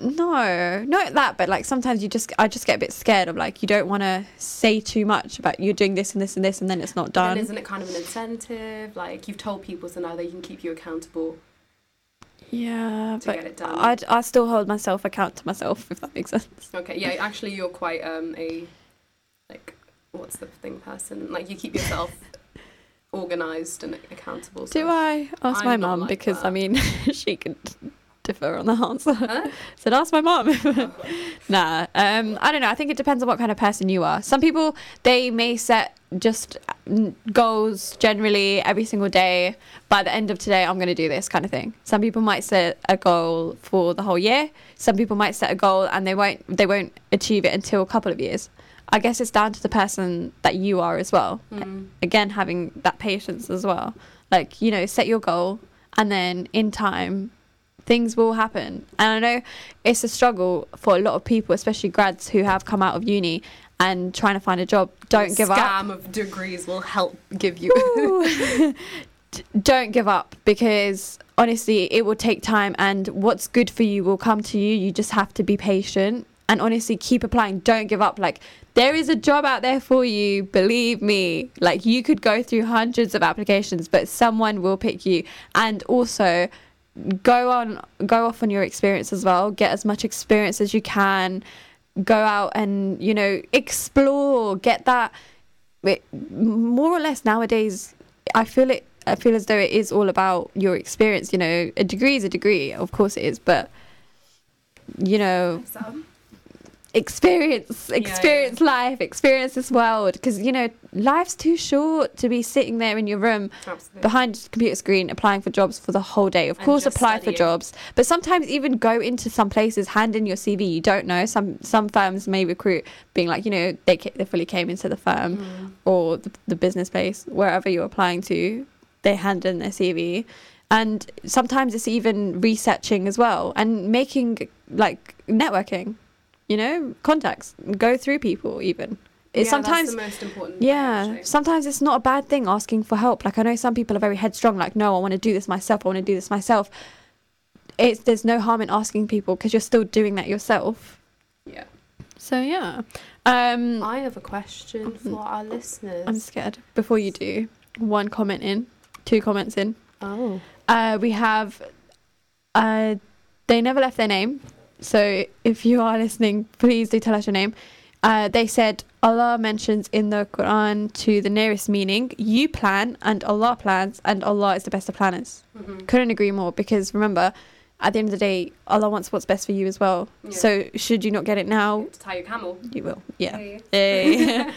D: no, not that, but like sometimes you just I just get a bit scared of like you don't want to say too much about you're doing this and this and this and then it's not
C: Done.
D: done.
C: isn't it kind of an incentive? Like you've told people, so now they can keep you accountable.
D: yeah,
C: to
D: but
C: get it done.
D: I I still hold myself account to myself if that makes sense.
C: Okay, yeah. Actually, you're quite um a like what's the thing person? Like you keep yourself organized and accountable.
D: Do I ask
C: I'm
D: my
C: not
D: mum
C: like
D: because
C: that.
D: I mean she could differ on the answer.
C: Huh?
D: So ask my mom. nah, um, I don't know. I think it depends on what kind of person you are. Some people they may set just mm, goals generally every single day. By the end of today, I'm going to do this kind of thing. Some people might set a goal for the whole year. Some people might set a goal and they won't they won't achieve it until a couple of years. I guess it's down to the person that you are as well. Again, having that patience as well. Like you know, set your goal and then in time things will happen. And I know it's a struggle for a lot of people, especially grads who have come out of uni and trying to find a job. Don't give up.
C: Scam of degrees will help give you.
D: Ooh. D- Don't give up because honestly, it will take time and what's good for you will come to you. You just have to be patient and honestly keep applying. Don't give up. Like, there is a job out there for you. Believe me. Like, you could go through hundreds of applications, but someone will pick you. And also, go on go off on your experience as well get as much experience as you can go out and you know explore get that it, more or less nowadays i feel it i feel as though it is all about your experience you know a degree is a degree of course it is but you know
C: Sam?
D: experience
C: yeah.
D: experience life experience this world because you know life's too short to be sitting there in your room
C: Absolutely.
D: behind a computer screen applying for jobs for the whole day. Of
C: And
D: course,
C: just
D: apply
C: studying.
D: for jobs, but sometimes even go into some places, hand in your CV. You don't know. Some some firms may recruit, being like, you know, they ca- they fully came into the firm
C: Hmm.
D: or the, the business place wherever you're applying to. They hand in their CV, and sometimes it's even researching as well and making like networking, you know, contacts. Go through people even.
G: It's
C: Yeah,
G: sometimes
C: that's the most important.
D: Yeah.
C: actually.
G: sometimes it's not a bad thing asking for help. Like I know some people are very headstrong. Like no, I want to do this myself. I want to do this myself. It's there's no harm in asking people because you're still doing that yourself.
C: Yeah.
D: So yeah. Um,
H: I have a question for our listeners.
D: I'm scared. Before you do, one comment in, two comments in.
H: oh.
D: Uh, we have. Uh, they never left their name, so if you are listening, please do tell us your name. Uh, they said Allah mentions in the Quran to the nearest meaning. You plan, and Allah plans, and Allah is the best of planners. Couldn't agree more because remember, at the end of the day, Allah wants what's best for you as well.
C: Yeah.
D: So should you not get it now,
C: To tie your camel.
D: you will. Yeah.
C: Yeah.
D: Hey.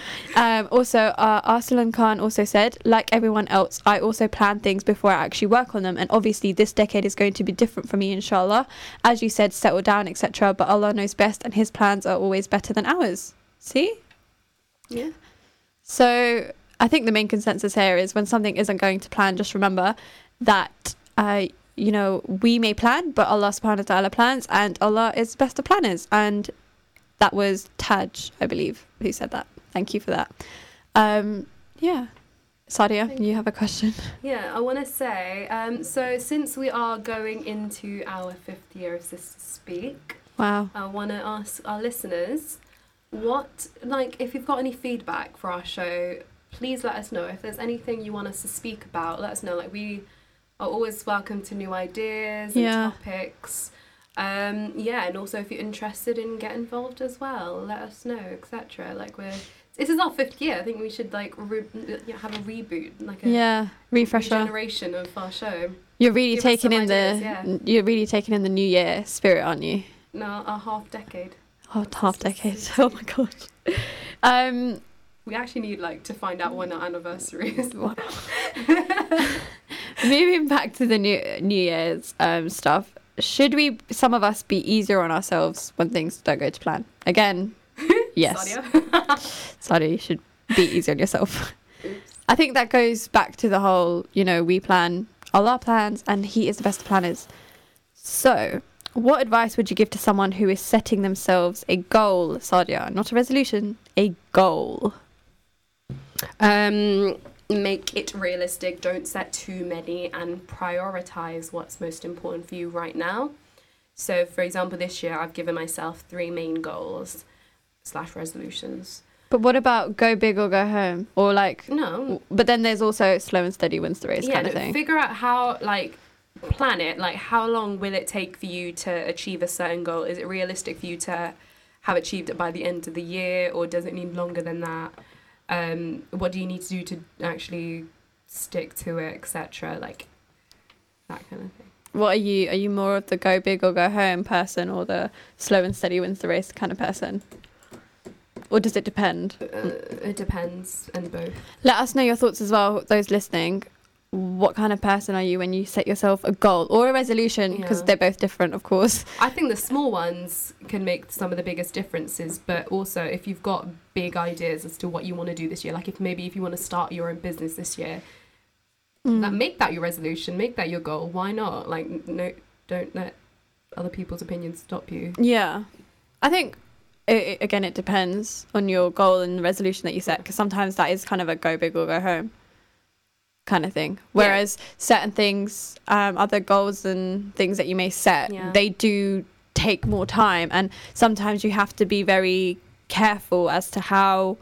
D: um, also, uh, Arsalan Khan also said, like everyone else, I also plan things before I actually work on them. And obviously, this decade is going to be different for me, inshallah. As you said, settle down, etc. But Allah knows best, and His plans are always better than ours. See?
H: Yeah.
D: So I think the main consensus here is when something isn't going to plan, just remember that, uh, you know, we may plan, but Allah subhanahu wa ta'ala plans, and Allah is the best of planners. And that was Taj, I believe, who said that. Thank you for that. Um, yeah. Sadia, you have a question.
C: Yeah, I want to say. Um, so since we are going into our fifth year of Sisters Speak,
D: Wow.
C: I want to ask our listeners, what like if you've got any feedback for our show, please let us know. If there's anything you want us to speak about, let us know. Like we are always welcome to new ideas and
D: Yeah.
C: topics. Um, yeah, and also if you're interested in get involved as well, let us know, etc. Like we're this is our fifth year. I think we should like re- yeah, have a reboot, like a
D: Yeah. Refresher.
C: generation of our show.
D: You're really
C: Give us
D: taking
C: some
D: in
C: ideas,
D: the
C: yeah.
D: you're really taking in the new year spirit, aren't you?
C: No, our half decade.
D: Oh, half decade. Oh my gosh. Um,
C: We actually need like to find out when our anniversary is.
D: Wow. Moving back to the new New Year's um, stuff, should we, some of us, be easier on ourselves when things don't go to plan? Again, yes.
C: Sadia.
D: Sorry, you should be easy on yourself. I think that goes back to the whole, you know, we plan all our plans and he is the best of planners. So, what advice would you give to someone who is setting themselves a goal, Sadia? Not a resolution, a goal.
C: Um, make it realistic. Don't set too many, and prioritize what's most important for you right now. So, for example, this year I've given myself three main goals slash resolutions.
D: But what about go big or go home? Or like,
C: No,
D: But then there's also slow and steady wins the race
C: yeah,
D: kind
C: no,
D: of thing.
C: figure out how like plan it. Like, how long will it take for you to achieve a certain goal? Is it realistic for you to have achieved it by the end of the year, or does it need longer than that? Um, what do you need to do to actually stick to it, etc. Like that kind of thing.
D: what are you? Are you more of the go big or go home person, or the slow and steady wins the race kind of person? Or does it depend?
C: Uh, it depends, and both.
D: Let us know your thoughts as well, those listening. What kind of person are you when you set yourself a goal or a resolution? Because
C: Yeah.
D: they're both different, of course.
C: I think the small ones can make some of the biggest differences, but also if you've got big ideas as to what you want to do this year, like if maybe if you want to start your own business this year,
D: Mm.
C: that, make that your resolution, make that your goal. Why not? Like n- no, don't let other people's opinions stop you.
D: Yeah, I think i i- again it depends on your goal and the resolution that you set because sometimes that is kind of a go big or go home kind of thing. Whereas certain things, um, other goals and things that you may set,
C: Yeah.
D: they do take more time, and sometimes you have to be very careful as to how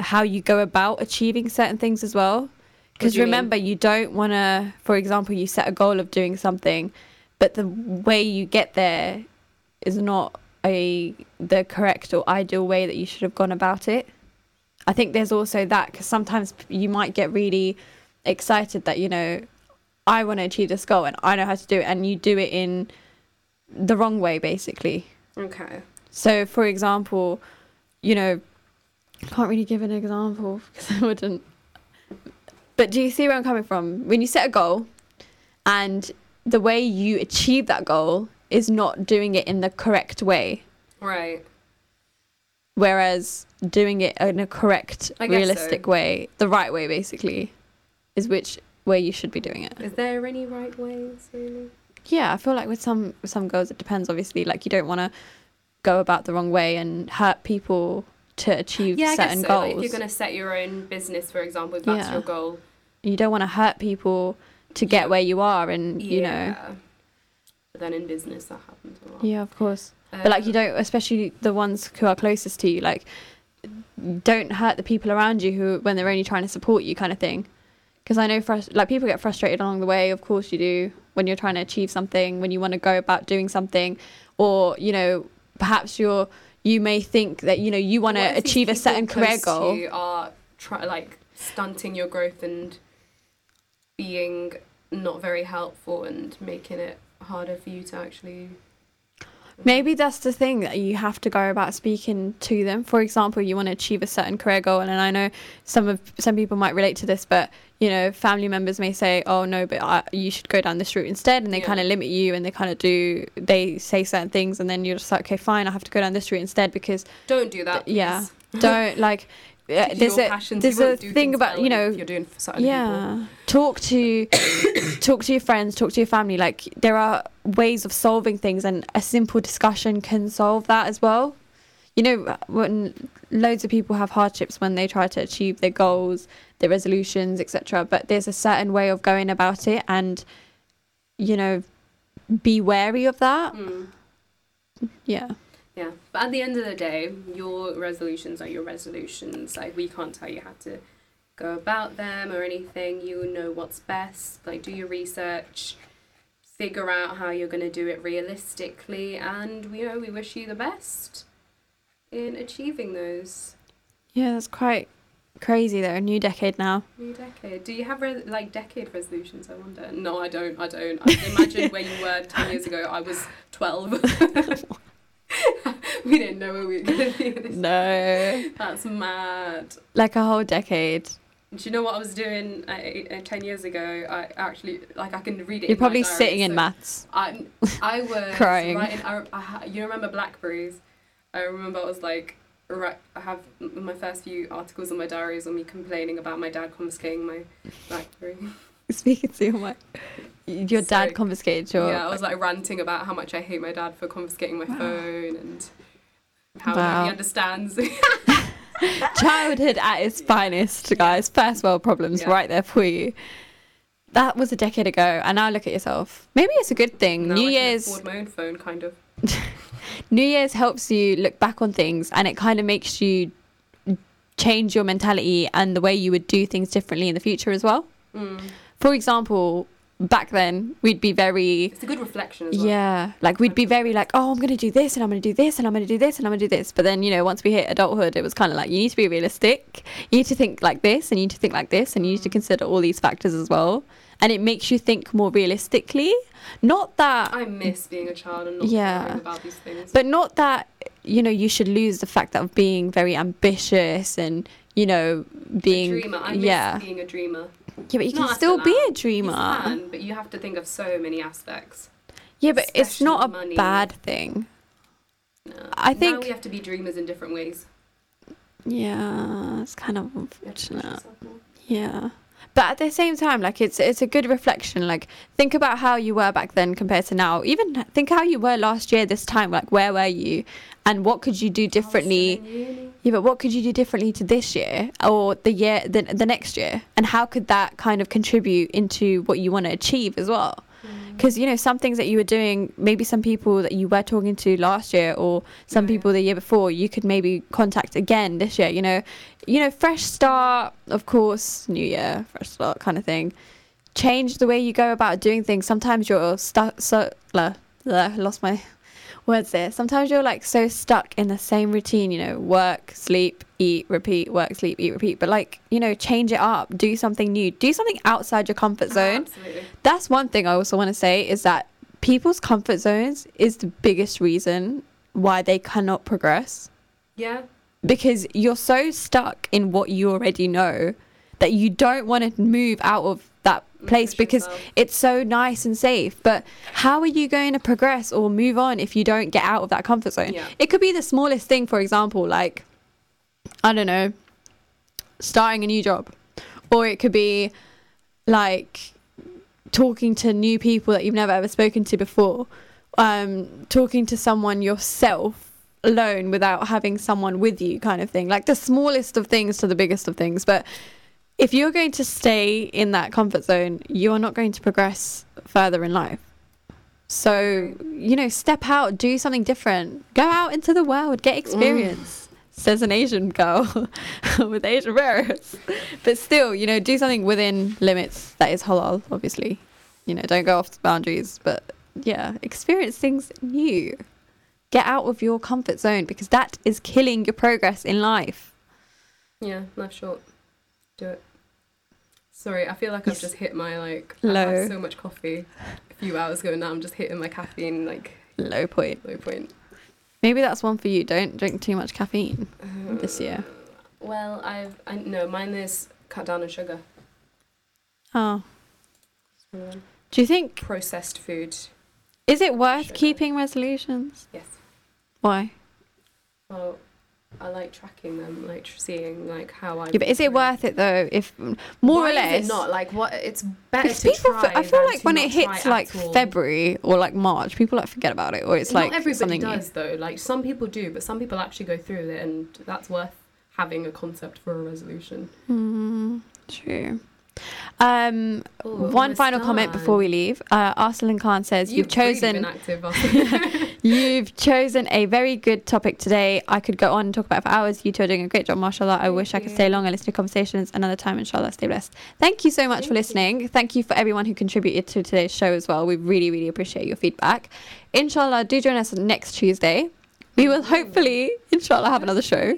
D: how you go about achieving certain things as well. Because
C: do you mean?
D: remember, you don't want to, for example, you set a goal of doing something, but the way you get there is not a the correct or ideal way that you should have gone about it. I think there's also that because sometimes p- you might get really excited that you know I want to achieve this goal and I know how to do it, and you do it in the wrong way basically.
C: Okay.
D: So, for example, you know, I can't really give an example because I wouldn't. But do you see where I'm coming from? When you set a goal and the way you achieve that goal is not doing it in the correct way,
C: Right.
D: whereas doing it in a correct,
C: I guess
D: realistic way, the right way basically, is which way you should be doing it.
C: Is there any right ways really?
D: Yeah, I feel like with some with some girls it depends obviously. Like you don't want to go about the wrong way and hurt people to achieve
C: yeah, I guess
D: certain
C: so.
D: goals.
C: Like, if you're going to set your own business, for example, if that's
D: Yeah.
C: your goal,
D: You don't want to hurt people to get where you are, and you know,
C: yeah. But then in business, that happens a lot.
D: yeah, of course. but like you
C: Um,
D: don't, especially the ones who are closest to you, like don't hurt the people around you who when they're only trying to support you, kind of thing. Because I know, frus- like people get frustrated along the way. Of course, you do when you're trying to achieve something, when you want to go about doing something, or you know, perhaps you're you may think that you know you want
C: What
D: to
C: if these
D: achieve a
C: people
D: certain career
C: close to
D: goal.
C: You are try, like stunting your growth and being not very helpful and making it harder for you to actually.
D: Maybe that's the thing that you have to go about speaking to them. For example, you want to achieve a certain career goal, and I know some of some people might relate to this, but you know, family members may say, "Oh no, but I, you should go down this route instead," and they
C: Yeah.
D: kind of limit you, and they kind of do they say certain things, and then you're just like, "Okay, fine, I have to go down this route instead," because
C: Don't do that.
D: yeah,
C: please.
D: don't like uh,
C: Stick to
D: there's
C: your
D: a
C: passions. You
D: there's a
C: won't do
D: thing
C: things
D: about
C: that
D: you
C: way
D: know
C: if you're doing for certain people.
D: yeah talk to talk to your friends talk to your family like there are ways of solving things and a simple discussion can solve that as well you know when loads of people have hardships when they try to achieve their goals their resolutions etc but there's a certain way of going about it and you know be wary of that
C: Mm.
D: yeah
C: Yeah, but at the end of the day, your resolutions are your resolutions. Like we can't tell you how to go about them or anything. You know what's best. Like do your research, figure out how you're going to do it realistically, and you know we wish you the best in achieving those.
D: yeah that's quite crazy though a new decade now
C: New decade. Do you have re- like decade resolutions? I wonder. No, I don't. I don't. I imagine where you were ten years ago. I was twelve. we didn't know where we were going to be. This
D: no
C: That's mad.
D: like a whole decade
C: Do you know what I was doing uh, uh, 10 years ago? I actually, like, I can read it.
D: you're
C: in my
D: probably
C: diary,
D: sitting in
C: so
D: maths
C: I, I was
D: Crying.
C: Writing, I, I, ha- you remember Blackberries? I remember I was like, right, I have m- my first few articles in my diaries on me complaining about my dad confiscating my Blackberry.
D: Speaking to your mic. Your
C: Sorry.
D: dad confiscated your.
C: yeah, I was like ranting about how much I hate my dad for confiscating my phone and how
D: Wow.
C: he understands.
D: Childhood at its finest, guys. First world problems
C: Yeah.
D: right there for you. That was a decade ago, and now look at yourself. Maybe it's a good thing.
C: Now I
D: New
C: can
D: Year's
C: afford my own phone, kind of.
D: New Year's helps you look back on things, and it kind of makes you change your mentality and the way you would do things differently in the future as well.
C: Mm.
D: For example, back then we'd be very
C: It's a good reflection as well.
D: Yeah, like we'd be very like, oh, I'm gonna do this and I'm gonna do this and I'm gonna do this and I'm gonna do this. But then you know, once we hit adulthood, it was kind of like you need to be realistic. You need to think like this and you need to think like this and you
C: Mm.
D: need to consider all these factors as well. And it makes you think more realistically. Not that,
C: I miss being a child and not
D: Yeah.
C: caring about these things.
D: but not that you know you should lose the fact that of being very ambitious and you know being
C: a dreamer. I miss
D: yeah
C: being a dreamer.
D: yeah, but you
C: Not
D: can
C: us
D: still be
C: allowed.
D: a dreamer.
C: You can, but you have to think of so many aspects.
D: yeah, but it's
C: especially
D: not a
C: money.
D: bad thing.
C: No.
D: I
C: now
D: think-
C: we have to be dreamers in different ways.
D: Yeah, it's kind of
C: We have to push
D: unfortunate.
C: ourselves more.
D: Yeah. But at the same time, like it's it's a good reflection. Like think about how you were back then compared to now. Even think how you were last year this time. Like where were you, and what could you do differently?
C: Still in uni.
D: Yeah, but what could you do differently to this year or the year the, the next year, and how could that kind of contribute into what you want to achieve as well? Because you know some things that you were doing, maybe some people that you were talking to last year or some
C: Yeah, yeah.
D: people the year before, you could maybe contact again this year. You know, you know, fresh start, of course, new year, fresh start kind of thing. Change the way you go about doing things. Sometimes you're stuck. So la, la, lost my words there. Sometimes you're like so stuck in the same routine. You know, work, sleep, eat, repeat, work, sleep, eat, repeat. But like you know, change it up. Do something new. Do something outside your
C: Oh,
D: comfort zone.
C: Absolutely.
D: That's one thing I also want to say is that people's comfort zones is the biggest reason why they cannot progress
C: Yeah.
D: because you're so stuck in what you already know that you don't want to move out of that place
C: push
D: because
C: yourself.
D: it's so nice and safe but how are you going to progress or move on if you don't get out of that comfort zone
C: Yeah.
D: it could be the smallest thing for example like i don't know starting a new job or it could be like talking to new people that you've never ever spoken to before um talking to someone yourself alone without having someone with you, kind of thing. Like the smallest of things to the biggest of things. But if you're going to stay in that comfort zone, you are not going to progress further in life. So, you know, step out, do something different, go out into the world, get experience. Says an Asian girl with Asian parents. But still, you know, do something within limits that is halal, obviously. You know, don't go off the boundaries, but yeah, experience things new. Get out of your comfort zone because that is killing your progress in life.
C: Yeah, life short. Do it. Sorry, I feel like I've just hit my like I
D: Low.
C: had so much coffee a few hours ago and now I'm just hitting my caffeine like
D: Low point.
C: low point.
D: Maybe that's one for you. Don't drink too much caffeine this year.
C: Uh, Well, I've I no, mine is cut down on sugar.
D: Oh. Do you think
C: Processed food.
D: is it worth
C: Sugar.
D: keeping resolutions?
C: Yes.
D: Why?
C: Well, I like tracking them, like tr- seeing like how I
D: Yeah, but is it worth it though? If more
C: Why
D: or less,
C: Is it not like what it's better
D: because
C: to
D: people,
C: try.
D: f- I feel
C: than
D: like
C: to
D: when
C: not
D: it
C: try
D: hits
C: at
D: like
C: all.
D: February or like March, people like forget about it, or it's like
C: not everybody
D: something
C: does though. Like some people do, but some people actually go through it, and that's worth having a concept for a resolution.
D: new. Mm, true. Um,
C: Ooh,
D: one
C: almost
D: final comment
C: done.
D: before we leave. Uh, Arslan Khan says you've,
C: really
D: chosen
C: been active, Arslan.
D: You've chosen a very good topic today. I could go on and talk about it for hours. You two are doing a great job, mashallah. I wish I could stay long and listen to conversations another time, inshallah. Stay blessed. Thank you so much for listening. Thank you for everyone who contributed to today's show as well. We really, really appreciate your feedback. Inshallah, do join us next Tuesday. We will hopefully, inshallah, have another show.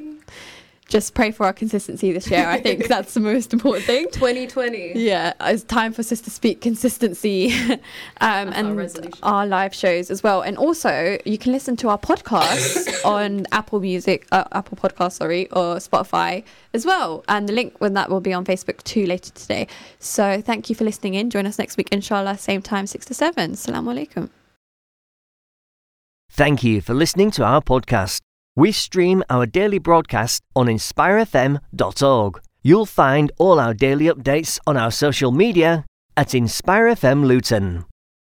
D: Just pray for our consistency this year. I think that's the most important thing.
C: 2020.
D: Yeah, it's time for Sister Speak consistency um,
C: That's our
D: and
C: resolution.
D: our live shows as well. And also, you can listen to our podcast on Apple Music, uh, Apple Podcast, sorry, or Spotify as well. And the link when that will be on Facebook too later today. So thank you for listening in. Join us next week, inshallah, same time, six to seven. Assalamu alaikum.
A: Thank you for listening to our podcast. We stream our daily broadcast on inspirefm.org. You'll find all our daily updates on our social media at InspireFM Luton.